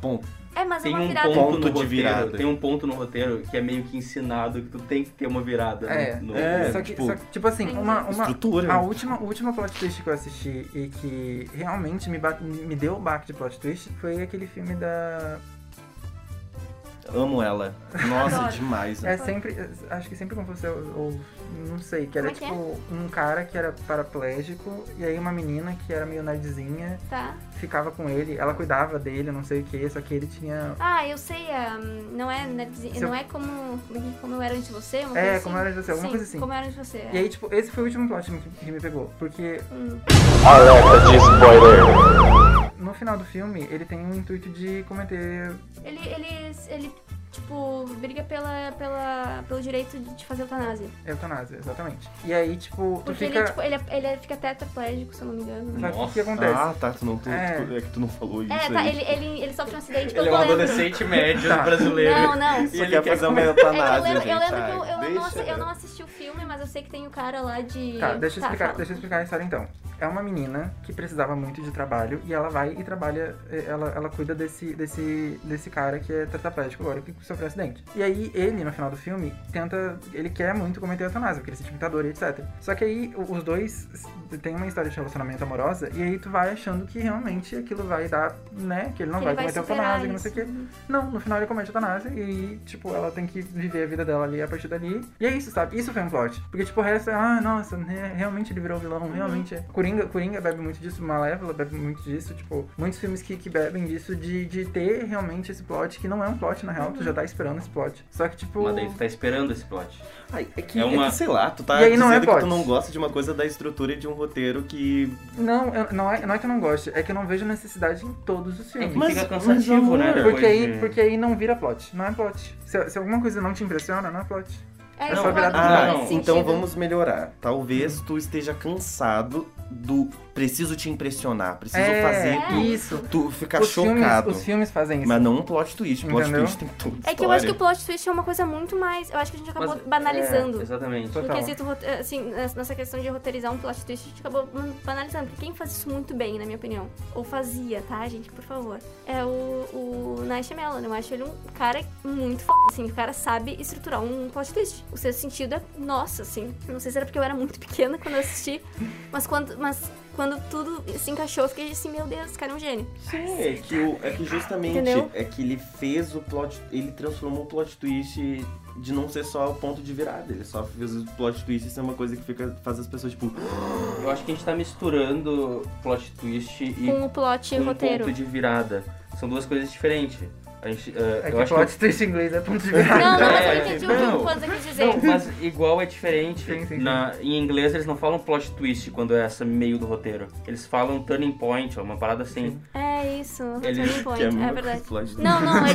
Ponto. É, mas é Tem uma um virada. ponto, Ponto no de roteiro, virada. tem um ponto no roteiro que é meio que ensinado que tu tem que ter uma virada. né, É, no, no- é. só que, tipo- só que, tipo assim, Entendi. uma, uma, Estrutura. A última, o último plot twist que eu assisti e que realmente me, ba- me deu o baque de plot twist foi aquele filme da. Amo ela. Nossa, Adoro. demais. É sempre. Acho que sempre com você, ou, ou não sei, que era Como é que tipo um cara que era paraplégico e aí uma menina que era meio nerdzinha Tá. ficava com ele, ela cuidava dele, não sei o que, só que ele tinha. Ah, eu sei, ah, não é, nerdzi- Seu- não é como, como eu era antes de você, uma É, coisa assim. como eu era antes de você, alguma Sim, coisa assim. como eu era antes de você. é. E aí, tipo, esse foi o último plot que, que me pegou. Porque Hum. Alerta de spoiler. no final do filme ele tem o intuito de cometer. Ele, ele, ele, tipo, briga pela, pela, pelo direito de de fazer eutanásia. Eutanásia, exatamente. E aí, tipo, tu Porque fica. ele, tipo, ele, é- ele é- fica tetraplégico, se eu não me engano. Só que o que Nossa. acontece? Ah, tá. Tu não, tu, É. tu- é que tu não falou isso. É, tá, aí. ele, ele, ele sofre um Ele acidente, é eu um tô lembro. adolescente médio Tá. brasileiro. Não, não. Só ele quer quer fazer uma comer- É que eu eutanásia, lembro, eu gente. lembro que eu, Ai, eu, não, deixa. assi- eu não assisti o filme, mas eu sei que tem o cara lá de... Tá, deixa eu explicar, fala. deixa eu explicar a história então. É uma menina que precisava muito de trabalho e ela vai e trabalha, eh, ela, ela cuida desse, desse, desse cara que é tetraplégico agora, que sofreu um acidente. E aí ele, no final do filme, tenta, ele quer muito cometer eutanásia, porque ele se sente ditador e etc. Só que aí o- os dois s- têm uma história de relacionamento amorosa e aí tu vai achando que realmente aquilo vai dar, né, que ele não Que vai ele vai cometer superar eutanásia, que não sei o isso. quê. Não, no final ele comete eutanásia e aí, tipo, ela tem que viver a vida dela ali a partir dali. E é isso, sabe? Isso foi um plot. Porque, tipo, o resto é, ah, nossa, né, realmente ele virou vilão, realmente é. Coringa, Coringa bebe muito disso, Malévola bebe muito disso, tipo, muitos filmes que, que bebem disso de, de ter realmente esse plot, que não é um plot, na real, tu já tá esperando esse plot. Só que, tipo. Mas daí tu tá esperando esse plot. Ai, é, que, É é uma- que, sei lá, tu tá E aí não é dizendo que plot. tu não gosta de uma coisa da estrutura e de um roteiro que. Não, eu- não, é, não é que eu não goste, é que eu não vejo necessidade em todos os filmes. É que Mas- fica mas, é. cansativo, né? amor, depois Porque aí, de- porque aí não vira plot, não é plot. Se, se alguma coisa não te impressiona, não é plot. É, É só eu virar concordo, Ah, faz não, sentido. então vamos melhorar. Talvez tu esteja cansado do preciso te impressionar, preciso é, fazer tu, isso. tu ficar os chocado. Filmes, os filmes fazem isso. Mas não um plot twist. Plot Entendeu? twist tem tudo. É que eu acho que o plot twist é uma coisa muito mais... Eu acho que a gente Mas- acabou banalizando. É, exatamente. No Total. quesito, rote- assim, nessa nessa questão de roteirizar um plot twist, a gente acabou hum, banalizando. Porque quem faz isso muito bem, na minha opinião, ou fazia, tá, gente, por favor, é o, o Night Mellon. Eu acho ele um cara muito f***, assim, o cara sabe estruturar um plot twist. O seu sentido é nossa, assim. Eu Não sei se era porque eu era muito pequena quando eu assisti, mas quando, mas quando tudo se encaixou, eu fiquei assim, meu Deus, esse cara é um gênio. Sim, é que, o- é que justamente Entendeu? é que ele fez o plot. Ele transformou o plot twist de não ser só o ponto de virada. Ele só fez o plot twist ser uma coisa que fica, faz as pessoas tipo. Eu acho que a gente tá misturando plot twist e Com o plot e com um roteiro. ponto de virada. São duas coisas diferentes. A gente, eh, É eu que acho que plot twist em inglês é ponto de Não, não, virada. mas É, eu entendi o que não. o Kwanzaa quis dizer. Não, mas igual é diferente. Sim, sim, Na- em inglês eles não falam plot twist quando é essa meio do roteiro. Eles falam turning point, ó, uma parada assim. É isso, Ele- turning point, a mesma é coisa verdade. que plot- Não, não, é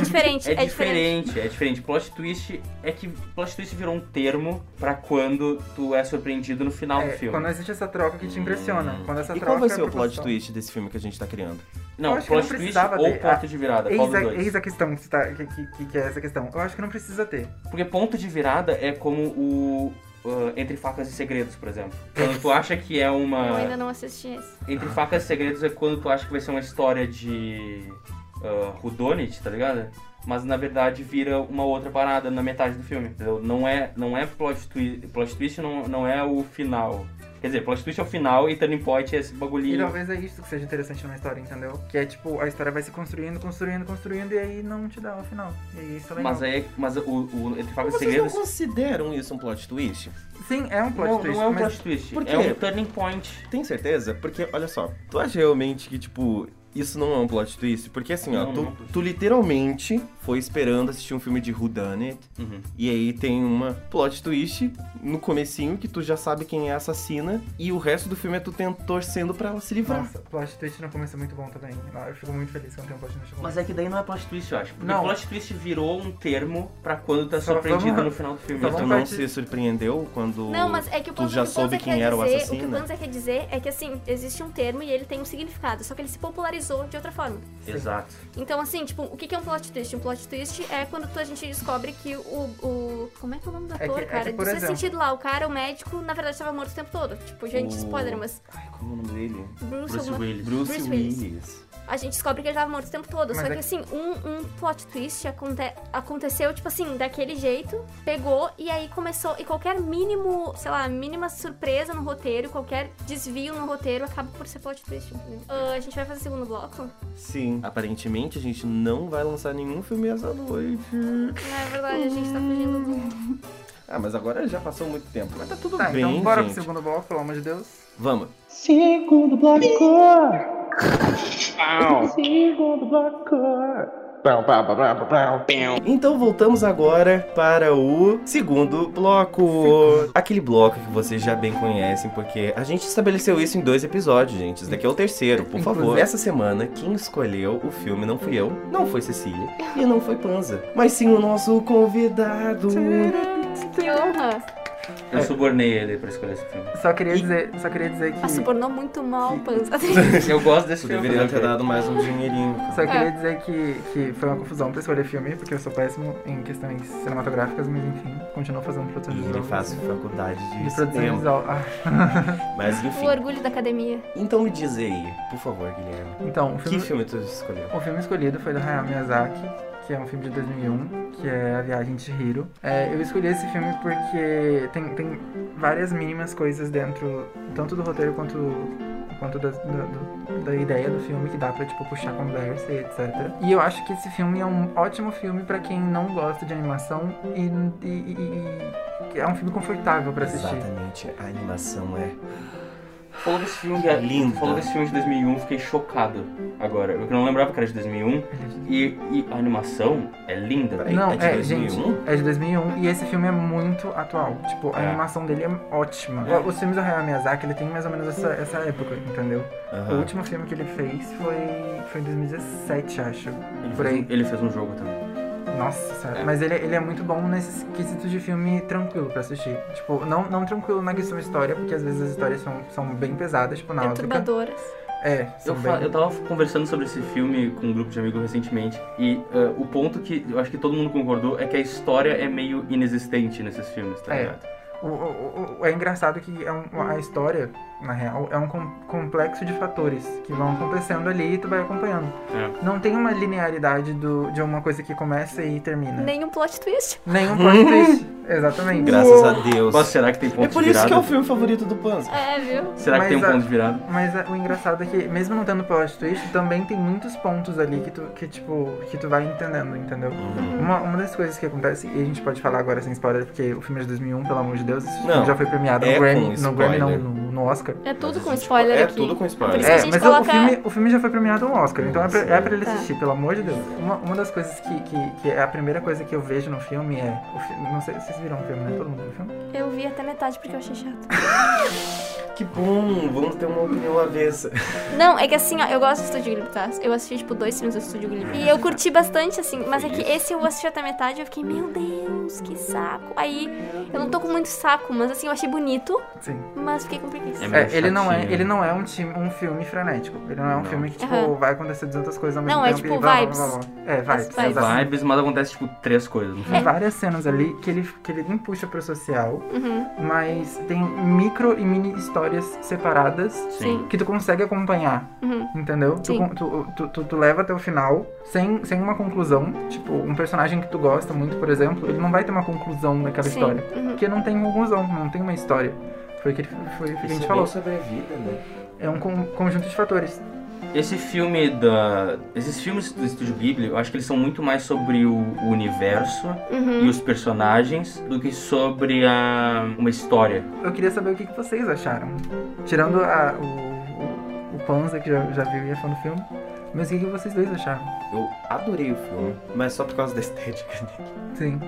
diferente, É, é, diferente, é diferente. Plot twist é que plot twist virou um termo pra quando tu é surpreendido no final do É, filme. quando existe essa troca que te impressiona. Quando essa E troca qual vai é ser o plot proposital. twist desse filme que a gente tá criando? Não, é- Eu acho que plot twist não precisava ou ter. ponto de virada, qual Eis dos a, dois? eis a questão que, está, que, que, que é essa questão. Eu acho que não precisa ter. Porque ponto de virada é como o ah, Entre Facas e Segredos, por exemplo. Quando tu acha que é Ah, Eu ainda uma... não assisti esse. Entre Facas e Segredos é quando tu acha que vai ser uma história de ah, Rudonit, tá ligado? Mas na verdade vira uma outra parada na metade do filme, entendeu? Não é, não é plot twist, plot twist não, não é o final. Quer dizer, plot twist é o final e turning point é esse E bagulhinho. talvez é isso que seja interessante numa história, entendeu? Que é tipo, a história vai se construindo, construindo, construindo, e aí não te dá o final. E isso é legal. Mas aí, mas o, o Entre Facas e Vocês não Segredos... consideram isso um plot twist? Sim, é um plot Não, twist. não é um mas plot twist, Por é um quê? turning point. Tem certeza? Porque, olha só, tu acha realmente que, tipo, isso não é um plot twist? Porque assim, ó, Não, tu, não. tu literalmente foi esperando assistir um filme de Whodunit, Uhum. e aí tem uma plot twist no comecinho que tu já sabe quem é a assassina, e o resto do filme é tu tent- torcendo pra ela se livrar. Nossa, plot twist não começo é muito bom também. Ah, Eu fico muito feliz quando tem um plot twist bom. Mas é que daí não é plot twist, eu acho. Porque Não. plot twist virou um termo pra quando tá Só surpreendido vamos- no final do filme. então só Mas tu vamos não partir- se surpreendeu quando Não, mas é que o tu Kwanzaa- já o Kwanzaa soube quem quer era o dizer, O que assassino? o Kwanzaa quer dizer é que, assim, existe um termo e ele tem um significado, só que ele se popularizou de outra forma. Exato. Então, assim, tipo, o que que é um plot twist? Um plot twist é quando tu- a gente descobre que o... o- como é que é o nome do que- ator, é que, cara? Do por sexto exemplo- sentido lá, o cara, o médico, na verdade, estava morto o tempo todo. Tipo, gente, O- spoiler, mas Ai, como é o nome dele? Bruce, Bruce alguma- Willis. Bruce, Bruce Willis. Willis. A gente descobre que ele tava morto o tempo todo. Mas só é que, que- assim, um, um plot twist aconte- aconteceu, tipo assim, daquele jeito, pegou e aí começou. E qualquer mínimo, sei lá, mínima surpresa no roteiro, qualquer desvio no roteiro, acaba por ser plot twist. entendeu? Ah, a gente vai fazer segundo bloco? Sim. Aparentemente a gente não vai lançar nenhum filme essa noite. Não é verdade, a gente tá fugindo do. Ah, mas agora já passou muito tempo. Mas tá tudo Tá, bem, então bora gente. pro segundo bloco, pelo amor de Deus. Vamos. Segundo bloco. Ow. Segundo bloco. Bow, bow, bow, bow, bow, bow. Então voltamos agora para o segundo bloco. Aquele bloco que vocês já bem conhecem, porque a gente estabeleceu isso em dois episódios, gente. Esse daqui é o terceiro, por favor. Inclusive- Essa semana, quem escolheu o filme não fui eu, não foi Cecília e não foi Panza, mas sim o nosso convidado. Que honra! Eu subornei ele pra escolher esse filme. Só queria dizer, só queria dizer que. Ah, subornou muito mal, Panza. Eu gosto desse Tu filme. deveria fazer o ter quê? dado mais um dinheirinho. Só queria dizer que, que foi uma confusão pra escolher filme, porque eu sou péssimo em questões cinematográficas, mas enfim, continuo fazendo produção E de ele visual. faz faculdade de De produção cinema. visual. Ah, Mas o enfim. orgulho da academia. É Então me diz aí, por favor, Guilherme. então, o Que filme, filme tu escolheu? o filme escolhido foi do Hayao Miyazaki, que é um filme de 2001, que é A Viagem de Hiro. É, eu escolhi esse filme porque tem, tem várias mínimas coisas dentro, tanto do roteiro quanto, quanto das- da, do- da ideia do filme, que dá pra, tipo, puxar conversa e etc. E eu acho que esse filme é um ótimo filme pra quem não gosta de animação e, e- e- e- é um filme confortável pra assistir. Exatamente, a animação é Falou desse filme, é Lindo. Falou desse filme de 2001, fiquei chocado agora. Eu não lembrava que era de 2001. E, e a animação é linda. Peraí, Não, é de é, 2001? gente, é de 2001 e esse filme é muito atual. Tipo, a É. animação dele é ótima. É. Os filmes do Hayao Miyazaki, ele tem mais ou menos essa, essa época, entendeu? É. O Aham. último filme que ele fez foi, foi em 2017, acho. Ele Por fez, aí. um, ele fez um jogo também. Nossa senhora. É. Mas ele, ele é muito bom nesses quesitos de filme tranquilo pra assistir. Tipo, não, não tranquilo na questão história, porque às vezes as histórias são, são bem pesadas, tipo, náutica. Perturbadoras. É, são Eu, bem... fa- eu tava conversando sobre esse filme com um grupo de amigos recentemente. E eh, o ponto que eu acho que todo mundo concordou é que a história é meio inexistente nesses filmes, tá É. ligado? O- o- o- é engraçado que é um- Hum. a história, na real, é um com- complexo de fatores que vão acontecendo ali e tu vai acompanhando. É. Não tem uma linearidade do- de uma coisa que começa e termina. Nenhum plot twist. Nenhum plot twist. Exatamente. Graças a Deus. Mas será que tem ponto É por de isso virada? que é o filme favorito do Panza. É, viu? Será que Mas tem um a- ponto de virada? Mas é, o engraçado é que, mesmo não tendo plot twist, também tem muitos pontos ali que tu, que, tipo, que tu vai entendendo, entendeu? Uhum. Uma, uma das coisas que acontece, e a gente pode falar agora sem spoiler, porque o filme é de 2001, pelo amor de Deus, esse filme Não, já foi premiado é no Grammy, com no Grammy não, spoiler. no, no Oscar. É tudo Mas com a gente- spoiler É aqui. tudo com Por spoiler. isso que a É, gente mas o, coloca- filme, o filme já foi premiado ao Oscar, então é pra, é pra ele Tá. assistir, pelo amor de Deus. Uma, uma das coisas que, que, que é a primeira coisa que eu vejo no filme é. O filme, não sei, vocês viram o filme, né? Todo mundo viu o filme? Eu vi até metade porque eu achei chato. Que bom, vamos ter uma opinião avessa. Não, é que assim, ó, eu gosto do Estúdio Ghibli, tá? Eu assisti, tipo, dois filmes do Estúdio Ghibli. E eu curti bastante, assim, mas é que esse eu assisti até metade e eu fiquei, meu Deus, que saco. Aí, eu não tô com muito saco, mas assim, eu achei bonito, Sim. mas fiquei com preguiça. É meio É, ele não é, chatinho. ele não é um, time, um filme frenético. Ele não é um Não. filme que, tipo, Aham. vai acontecer 200 coisas ao mesmo Não, é tempo. tipo e blá, blá, vibes. blá, blá. É, As vibes. vibes. É. exato. Vibes, mas acontece, tipo, três coisas. no filme. Tem várias cenas ali que ele, que ele puxa pro social, Uhum, mas tem micro e mini histórias separadas sim. que tu consegue acompanhar. Uhum. Entendeu? Tu, Sim. con- tu, tu, tu, tu leva até o final sem, sem uma conclusão. Tipo, um personagem que tu gosta muito, por exemplo, ele não vai ter uma conclusão daquela Sim. história. Uhum. Porque não tem conclusão, não tem uma história. Foi o que, ele- foi o que a gente falou. sobre a vida, né? É um con- conjunto de fatores. Esse filme da. Esses filmes do Estúdio Ghibli, eu acho que eles são muito mais sobre o, o universo Uhum. e os personagens do que sobre a, uma história. Eu queria saber o que, que vocês acharam. Tirando a- o, o, o Panza, que já, já viu e é fã do filme. Mas o que, que vocês dois acharam? Eu adorei o filme, mas só por causa da estética dele. Sim.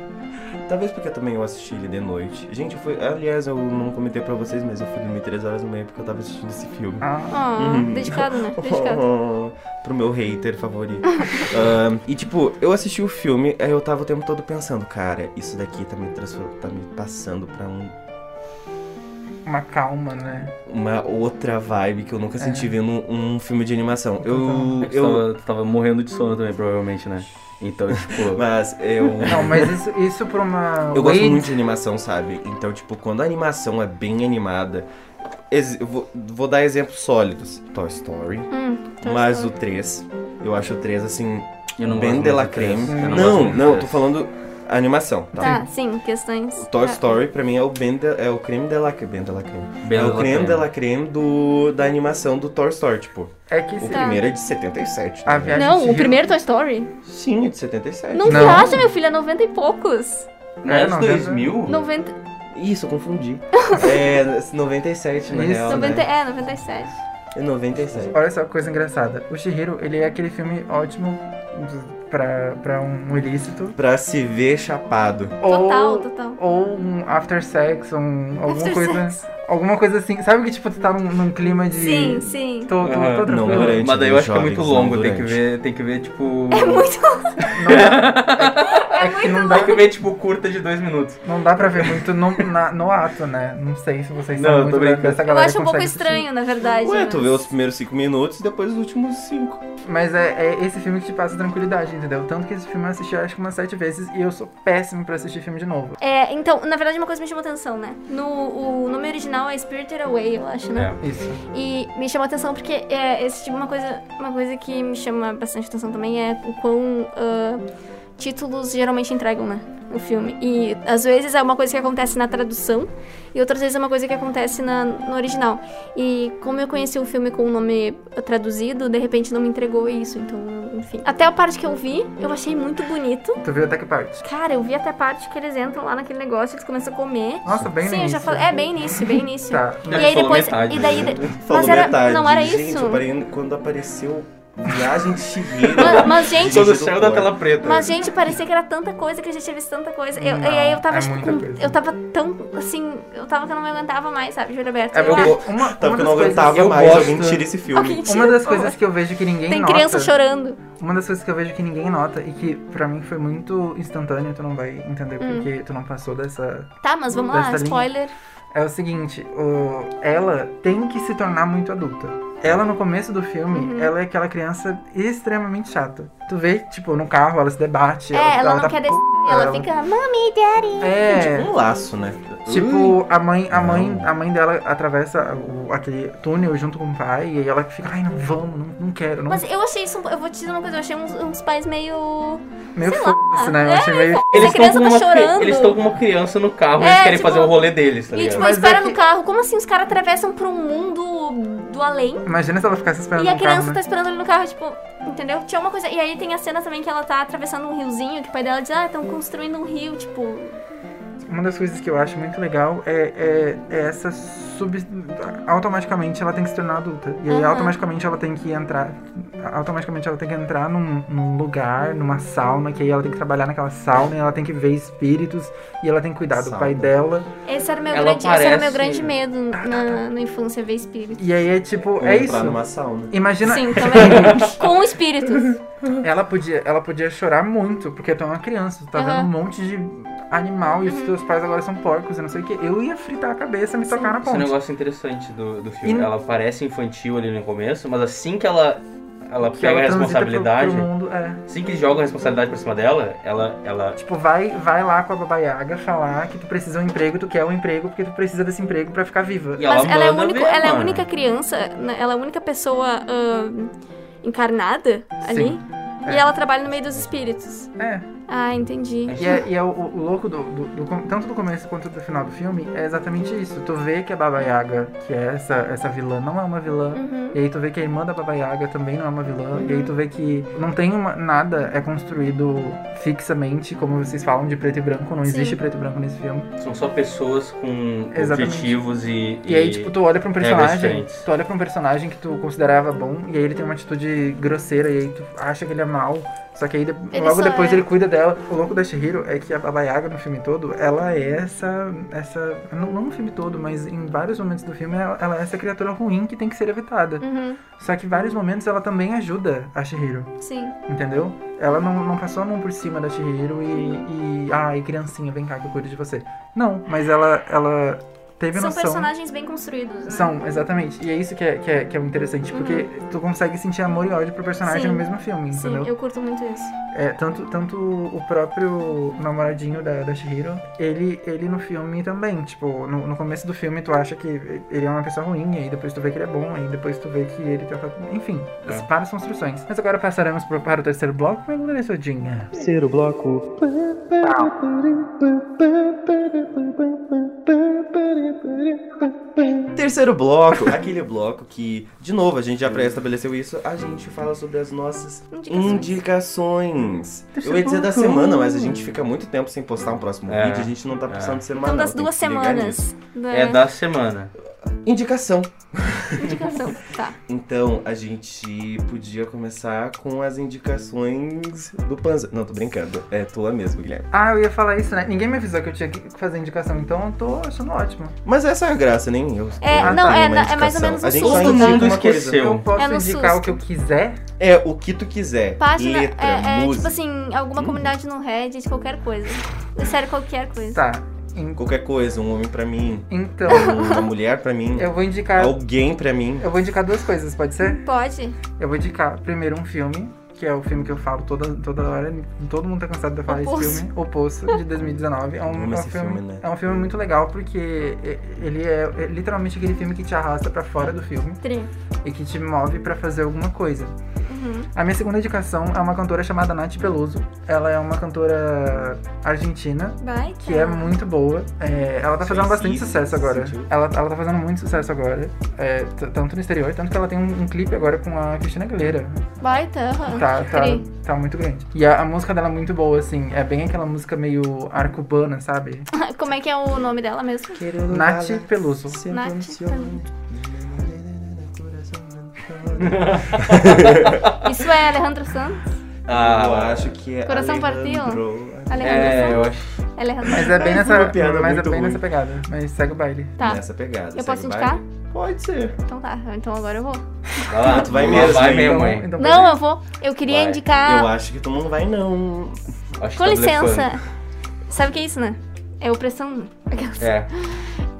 Talvez porque também eu assisti ele de noite. Gente, eu fui. Aliás, eu não comentei pra vocês, mas eu fui dormir 3 horas da manhã porque eu tava assistindo esse filme. Ah, Ah, Uhum. oh, dedicado, né? Dedicado. pro meu hater favorito. Ahn, e tipo, eu assisti o filme, aí eu tava o tempo todo pensando, cara, isso daqui tá me, transfor- tá me passando pra um- uma calma, né? uma outra vibe que eu nunca É. senti vendo um filme de animação. Eu. Então Eu, tá. eu Tava, tava morrendo de sono também, provavelmente, né? Então, tipo. mas eu. Não, mas isso, isso pra uma. Eu gosto Wade- muito de animação, sabe? Então, tipo, quando a animação é bem animada. ex- eu vou, vou dar exemplos sólidos. Toy Story. Hum, tá mas certo. o 3. Eu eu acho o 3 assim. eu não bem gosto de muito la do três. creme. Eu Não, gosto não, muito do eu tô três. falando animação, tá? Tá, sim, questões. O Toy Tá. Story, pra mim, é o, ben de- é o creme de la creme. Ben de la creme. Bem é de o la creme creme. de la creme do, da animação do Toy Story, tipo. É que O se- Tá. primeiro é de 77. A Ah, né? viagem de Não, o Hiro- primeiro Toy Story? Sim, é de 77. Não, Não. viaja, meu filho, é 90 e poucos. Não é É, não, dos 2000? 90, Isso, eu confundi. é 97, na Isso. real, 90, né? é, 97. É 97. Olha só que coisa engraçada. O Shihiro, ele é aquele filme ótimo pra, pra um ilícito. Pra se ver chapado. Total, Ou, total. ou um after sex, um, alguma After coisa. sex. Alguma coisa assim. Sabe que tipo, tu tá num, num clima de. Sim, sim. Tô, tô, tô Aham, tranquilo. não, durante, Mas daí eu né, acho que é muito jovens, longo, não tem que durante. ver, tem que ver, tipo. Tá. É muito. é que não dá, Tem que ver, tipo, curta de dois minutos. não dá pra ver muito no, na- no ato, né? Não sei se vocês Não, são eu tô muito brincando. dessa Eu galera. acho um que pouco consegue assistir. estranho, na verdade. né? Ué, tu vê os mas- primeiros 5 minutos e depois os últimos 5. Mas é, é esse filme que te passa tranquilidade, entendeu? Tanto que esse filme eu assisti acho que umas sete vezes e eu sou péssimo pra assistir filme de novo. É, então, na verdade, uma coisa me chamou atenção, né? No, o nome original é Spirited Away, eu acho, né? Isso. É. E me chamou atenção porque é, esse tipo, uma coisa, uma coisa que me chama bastante atenção também é o quão ah, títulos geralmente entregam, né? O filme. E às vezes é uma coisa que acontece na tradução e outras vezes é uma coisa que acontece na, no original. E como eu conheci o filme com o nome traduzido, de repente não me entregou isso, então, enfim. Até a parte que eu vi, eu achei muito bonito. Tu viu até que parte? Cara, eu vi até a parte que eles entram lá naquele negócio, eles começam a comer. Nossa, bem Sim, no eu já início. né? falei. É, bem início, bem início. Tá. E Ele aí falou depois. metade, e daí. né? Falou Mas era- metade. não era Gente, isso? eu parei quando apareceu Viagem de Chihiro. Mas, mas, gente, Só Só do do céu céu da da tela tela preta. mas, gente, parecia que era tanta coisa que a gente tinha visto tanta coisa. Eu, Não, e aí eu tava, é tipo, muita com- coisa. eu tava tão assim, eu tava que eu não me aguentava mais, sabe, Júlio Roberto? É Eu, porque ah, uma, uma Tava que tá, eu das não coisas- aguentava eu mais. gosto- Alguém tira esse filme. alguém Uma tira, das pô. coisas que eu vejo que ninguém Tem nota. criança chorando. Uma das coisas que eu vejo que ninguém nota e que pra mim foi muito instantâneo, tu não vai entender Hum. porque tu não passou dessa. Tá, mas vamos lá, Dessa linha. spoiler. É o seguinte, o... ela tem que se tornar muito adulta. Ela no começo do filme, Uhum. ela é aquela criança extremamente chata. Tu vê, tipo, no carro ela se debate. É, ela, não tá quer p- descer, ela, ela- fica, mami. É. Tipo um laço, né? Tipo, a mãe, a mãe, Não. a mãe dela atravessa o- aquele túnel junto com o pai e aí ela fica, ai, não vamos, não, não quero, não Mas eu achei isso, um po- eu vou te dizer uma coisa, eu achei uns, uns pais meio. meio sei foda-se, né? Eu é, achei meio Essa criança com tá uma, chorando. Eles estão com uma criança no carro, É, eles querem tipo- fazer o rolê deles, tá E ligado? tipo, Mas espera é no que- carro. Como assim os caras atravessam pra um mundo do além? Imagina se ela ficasse esperando E a no criança carro, tá né? esperando ele no carro, tipo, entendeu? Tinha uma coisa. E aí tem a cena também que ela tá atravessando um riozinho, que o pai dela diz, ah, estão construindo um rio, tipo. uma das coisas que eu acho muito legal é, é, é essa sub... Automaticamente ela tem que se tornar adulta. E aí Aham. automaticamente ela tem que entrar... Automaticamente ela tem que entrar num, num lugar, numa sauna, que aí ela tem que trabalhar naquela sauna, e ela tem que ver espíritos, e ela tem que cuidar do Sauna. pai dela. Esse era o meu, Ela grande, esse era o meu parece- grande medo na, na infância, ver espírito. E aí é tipo, Ou é entrar isso. numa sauna. Imagina, Sim, também. Com espíritos. ela podia, ela podia chorar muito, porque tu é uma criança, tu tá Aham. vendo um monte de animal e os teus pais agora são porcos e não sei o que. Eu ia fritar a cabeça e me tocar na Esse é um ponte. negócio interessante do, do filme. E- Ela parece infantil ali no começo, mas assim que ela, ela Que pega ela a transita pro- responsabilidade, Pro, mundo, é. assim que joga a responsabilidade pra cima dela, ela, ela Tipo, vai, vai lá com a Baba Yaga falar que tu precisa um emprego, tu quer um emprego porque tu precisa desse emprego pra ficar viva. E Mas ela é, a manda único- ver, ela é a mano. única criança, né, ela é a única pessoa ahn, encarnada ali. Sim. E ela trabalha no meio dos espíritos. É. Ah, entendi. E é, e é o, o louco do, do- do com- tanto do começo quanto do final do filme é exatamente isso. Tu vê que a Baba Yaga, que é essa, essa vilã, não é uma vilã. Uhum. E aí tu vê que a irmã da Baba Yaga também não é uma vilã. Uhum. E aí tu vê que não tem uma, nada é construído fixamente, como vocês falam, de preto e branco. Não Sim. existe preto e branco nesse filme. São só pessoas com Exatamente. objetivos e. E, aí, tipo, tu olha pra um regras personagem. diferentes. Tu olha pra um personagem que tu considerava bom, e aí ele tem uma atitude grosseira, e aí tu acha que ele é mal. Só que aí de- Ele logo só depois é. ele cuida dela. O louco da Shihiro é que a Baba Yaga no filme todo, ela é essa. essa. Não, não no filme todo, mas em vários momentos do filme, ela, ela é essa criatura ruim que tem que ser evitada. É. Uhum. Só que em vários momentos ela também ajuda a Shihiro. Sim. Entendeu? Ela não, não passou a mão por cima da Chihiro e, e. Ai, criancinha, vem cá que eu cuido de você. Não, mas ela, ela teve São noção. personagens bem construídos, né? São, exatamente. E é isso que é, que é, que é interessante, porque tu consegue sentir amor e ódio pro personagem Uhum. Sim. no mesmo filme, Sim, entendeu? eu curto muito isso. É, tanto, tanto o próprio namoradinho da, da Shihiro, ele, ele no filme também. Tipo, no, no começo do filme tu acha que ele é uma pessoa ruim, aí depois tu vê que ele é bom, aí depois tu vê que ele tenta. Enfim, É. várias construções. Mas agora passaremos pro- para o terceiro bloco, mas não Sodinha. Terceiro bloco. Terceiro bloco, aquele bloco que, de novo, a gente já pré-estabeleceu isso, a gente fala sobre as nossas Um Indicações. indicações. Eu Terceiro ia dizer da bloco. semana, mas a gente fica muito tempo sem postar um próximo É. vídeo, a gente não tá postando semanal. Então, das tem que duas se ligar nisso. semanas. né? Da É da semana. Indicação. indicação. Tá. Então, a gente podia começar com as indicações do Panza. Não, tô brincando. É tua mesmo, Guilherme. Ah, eu ia falar isso, né? Ninguém me avisou que eu tinha que fazer indicação, então eu tô achando ótimo. Mas essa é a graça, nem eu. É, Ah, não, tá. é Uma na- é mais ou indicação. menos A um gente só susto, indica né? uma Todo mundo coisa. esqueceu. Eu posso É no indicar susto. o que eu quiser? É, o que tu quiser. Página Letra, é, é, tipo música, assim, alguma Hum. comunidade no Reddit, qualquer coisa. É Sério, qualquer coisa. Tá. en- qualquer coisa. Um homem pra mim, um Então, uma mulher pra mim, eu vou indicar. alguém pra mim. Eu vou indicar duas coisas, pode ser? Pode? Eu vou indicar primeiro um filme, que é o filme que eu falo toda, toda hora, todo mundo tá cansado de eu falar O esse Poço. filme, O Poço, de 2019. É um, Amo é um esse filme, né? é um filme muito legal, porque e- ele é, é literalmente aquele filme que te arrasta pra fora do filme Tri. e que te move pra fazer alguma coisa. Uhum. A minha segunda indicação é uma cantora chamada Nath Peluso. Ela é uma cantora argentina Vai, que é muito boa. É, ela tá fazendo Suicídio, bastante sucesso agora. suicídio. Ela, ela tá fazendo muito sucesso agora, é, t- tanto no exterior, tanto que ela tem um, um clipe agora com a Cristina Aguilera. Baita. aham. Tá, tá, Cri. tá muito grande. E a, a música dela é muito boa, assim. É bem aquela música meio arcubana, sabe? Como é que é o nome dela mesmo? Nath Peluso. Nath. Isso é Alejandro Santos? Ah, eu acho que é. Coração Alejandro. Alejandro É, eu Santos? acho. Alejandro Mas é bem Ai, nessa, foi uma piada mas é muito bem ruim. nessa pegada. Mas segue o baile. Tá. Nessa pegada. Eu segue posso o indicar? baile? Pode ser. Então tá, então agora eu vou. Vai lá, Tu vai lá, mesmo, Vai hein? mesmo, Então- hein? então Não, eu vou. Eu queria Vai. tá Eu indicar. acho que tu não vai, não. Acho Com que tá blefando. licença. Sabe o que é isso, né? É opressão. Aquelas- É.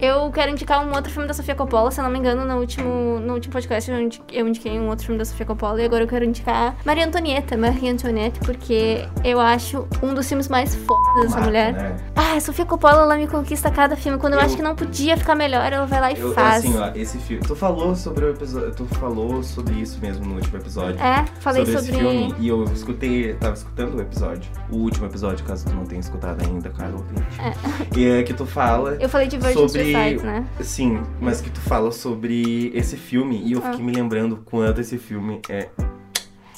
Eu quero indicar um outro filme da Sofia Coppola, se eu não me engano, no último, no último podcast eu indi- eu indiquei um outro filme da Sofia Coppola e agora eu quero indicar Maria Antonieta, Maria Antonieta, porque eu acho um dos filmes mais fodas dessa Mata, mulher. né? Ah, a Sofia Coppola, ela me conquista a cada filme. Quando eu, Eu- acho que não podia ficar melhor, ela vai lá e Eu, faz. assim, ó, esse filme. Tu falou sobre o episódio. Tu falou sobre isso mesmo no último episódio. é, falei sobre, sobre. esse filme. E eu escutei, tava escutando o episódio. O último episódio, caso tu não tenha escutado ainda, cara ouvinte. E é que tu fala. Eu falei de Virgin Sobre- Suicide, né? Sim, mas que tu fala sobre esse filme e eu Ah. fiquei me lembrando quanto esse filme é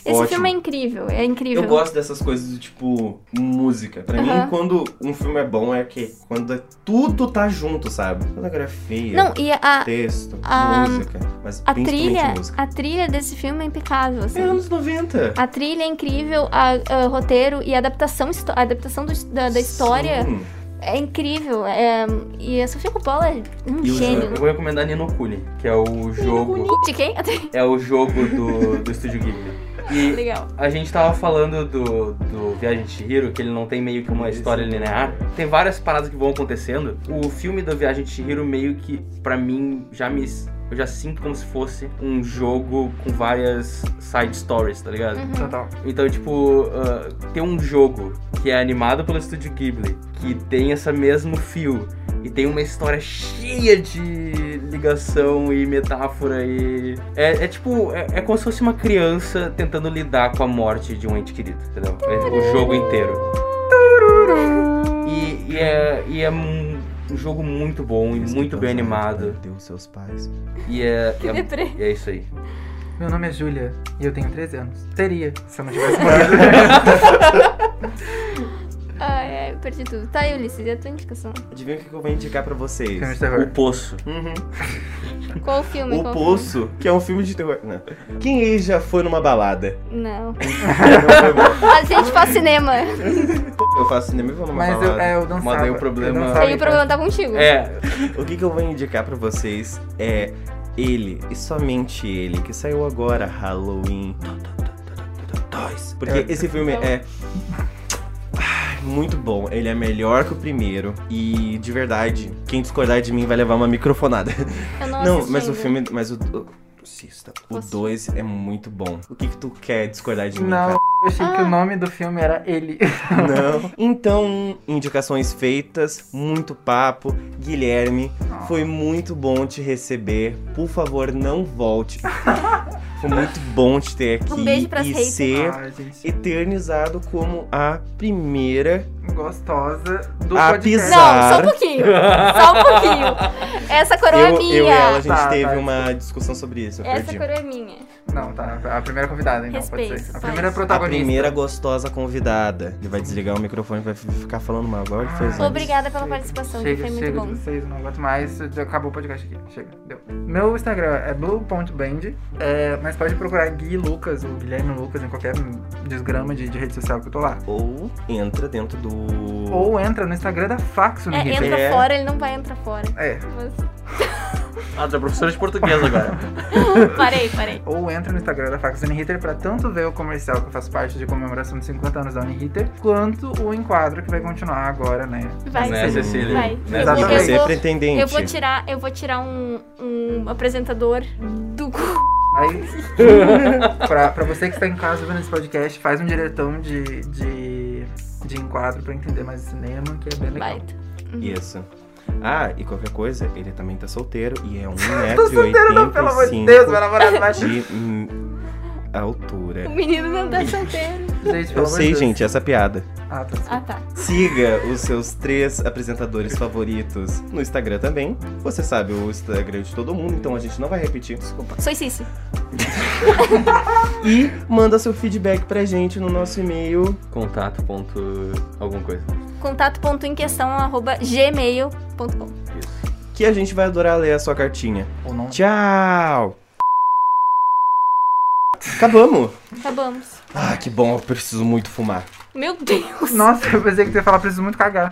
Esse Ótimo. filme é incrível, é incrível. Eu gosto dessas coisas do tipo música. Pra mim, Aham. quando um filme é bom é que quando é- tudo tá junto, sabe? Fotografia, Não, e a, é texto, a- música, mas a principalmente trilha, música. a trilha desse filme é impecável, É assim. anos 90. A trilha é incrível, a, a roteiro e a adaptação, histo- a adaptação do- da, da história Sim. é incrível. é, e a Sofia Coppola é um E o gênio. Eu vou recomendar Nino Kuni, que é o jogo. De quem? Tá É o jogo do, do Estúdio Ghibli. E Legal. A gente tava falando do, do Viagem de Chihiro, que ele não tem meio que uma história linear. Tem várias paradas que vão acontecendo. O filme do Viagem de Chihiro meio que, pra mim, já me... Eu já sinto como se fosse um jogo com várias side stories, tá ligado? Uhum. Total. Então, tipo, ah, ter um jogo que é animado pelo estúdio Ghibli, que tem esse mesmo fio, e tem uma história cheia de ligação e metáfora e. É, é tipo, é, é como se fosse uma criança tentando lidar com a morte de um ente querido, entendeu? É o jogo inteiro. E, e é, e é um um jogo muito bom e muito bem animado. Deus, seus pais. E é. Que e é- deprê. e é isso aí. Meu nome é Júlia e eu tenho 13 anos. Seria, se eu não tivesse morado. Ai, ai, eu perdi tudo. Tá aí, Ulisses, e a tua indicação? Adivinha o que que eu vou indicar pra vocês? Filme de O terror. Poço. Uhum. Qual o filme? O Qual Poço, que é um filme de terror. Não. Quem aí já foi numa balada? filme? Não. Não foi bom. A gente faz cinema. eu faço cinema e vou numa Mas eu, balada. é, eu dançava. Mas aí o eu problema- Então, dançava, Aí o problema tá contigo. É, O que, que eu vou indicar pra vocês é ele, e somente ele, que saiu agora, Halloween 2. Porque É. esse filme é. ai, Muito bom, ele é melhor que o primeiro. E de verdade, quem discordar de mim vai levar uma microfonada. Eu não Não, assisti mas o ainda. filme. Mas o. o- Assista. O Posso? 2 é muito bom. O que, que tu quer discordar de mim? Não, cara? eu achei que Ah. o nome do filme era Ele. Não. Então, indicações feitas, muito papo. Guilherme, Ah. foi muito bom te receber. Por favor, não volte. Foi muito bom te ter aqui Um beijo pras e haters. ser Ai, gente. eternizado como a primeira. Gostosa do Ah, podcast. pisa- Não, só um pouquinho. Só um pouquinho. Essa coroa é eu, minha. eu e ela, a gente Tá, teve tá. uma discussão sobre isso. Eu Essa perdi. coroa é minha. Não, tá. A primeira convidada, então, pode Respeito, ser. A pode. primeira A A protagonista. primeira gostosa convidada. Ele vai desligar o microfone e vai f- ficar falando mal. Agora ele fez. Ah. antes. Obrigada pela participação, que Chega, foi muito chega de bom. vocês, não aguento mais. Já Acabou o podcast aqui. Chega, deu. Meu Instagram é blue.band, é, mas pode procurar Gui Lucas ou Guilherme Lucas em qualquer desgrama de, de rede social que eu tô lá. Ou entra dentro do. Ou entra no Instagram da Faxo no É, Ribeiro. entra É. fora, ele não vai entrar fora. É, Mas- ah, tu é professora de português agora. Parei, parei. ou entra no Instagram da Facas Uniriter pra tanto ver o comercial que eu faço parte de comemoração de 50 anos da Uniriter, quanto o enquadro que vai continuar agora, né? Vai, né, sim. Cecília? Vai. Né, Eu vou- Exatamente. Cecília? Você é vou- pretendente. Eu vou tirar, eu vou tirar um, um apresentador do cu. Aí, pra, pra você que está em casa vendo esse podcast, faz um diretão de, de, de enquadro pra entender mais o cinema, que é bem legal. Baita. Isso. Ah, e qualquer coisa, ele também tá solteiro e é Tô solteiro, não, pelo amor de Deus, meu 1,85m namorado vai de hum, altura. O menino não tá solteiro. Gente, pelo Eu amor de sei, Deus. gente, essa piada. Ah, tá. Ah, tá. Siga os seus três apresentadores favoritos no Instagram também. Você sabe o Instagram de todo mundo, então a gente não vai repetir. Desculpa. Sou Cici. E manda seu feedback pra gente no nosso e-mail. Contato ponto alguma coisa. contato.emquestão.gmail.com Isso. Que a gente vai adorar ler a sua cartinha. Ou não. Tchau! Acabamos! Acabamos. Ah, que bom, eu preciso muito fumar. Meu Deus! Nossa, eu pensei que você ia falar, preciso muito cagar.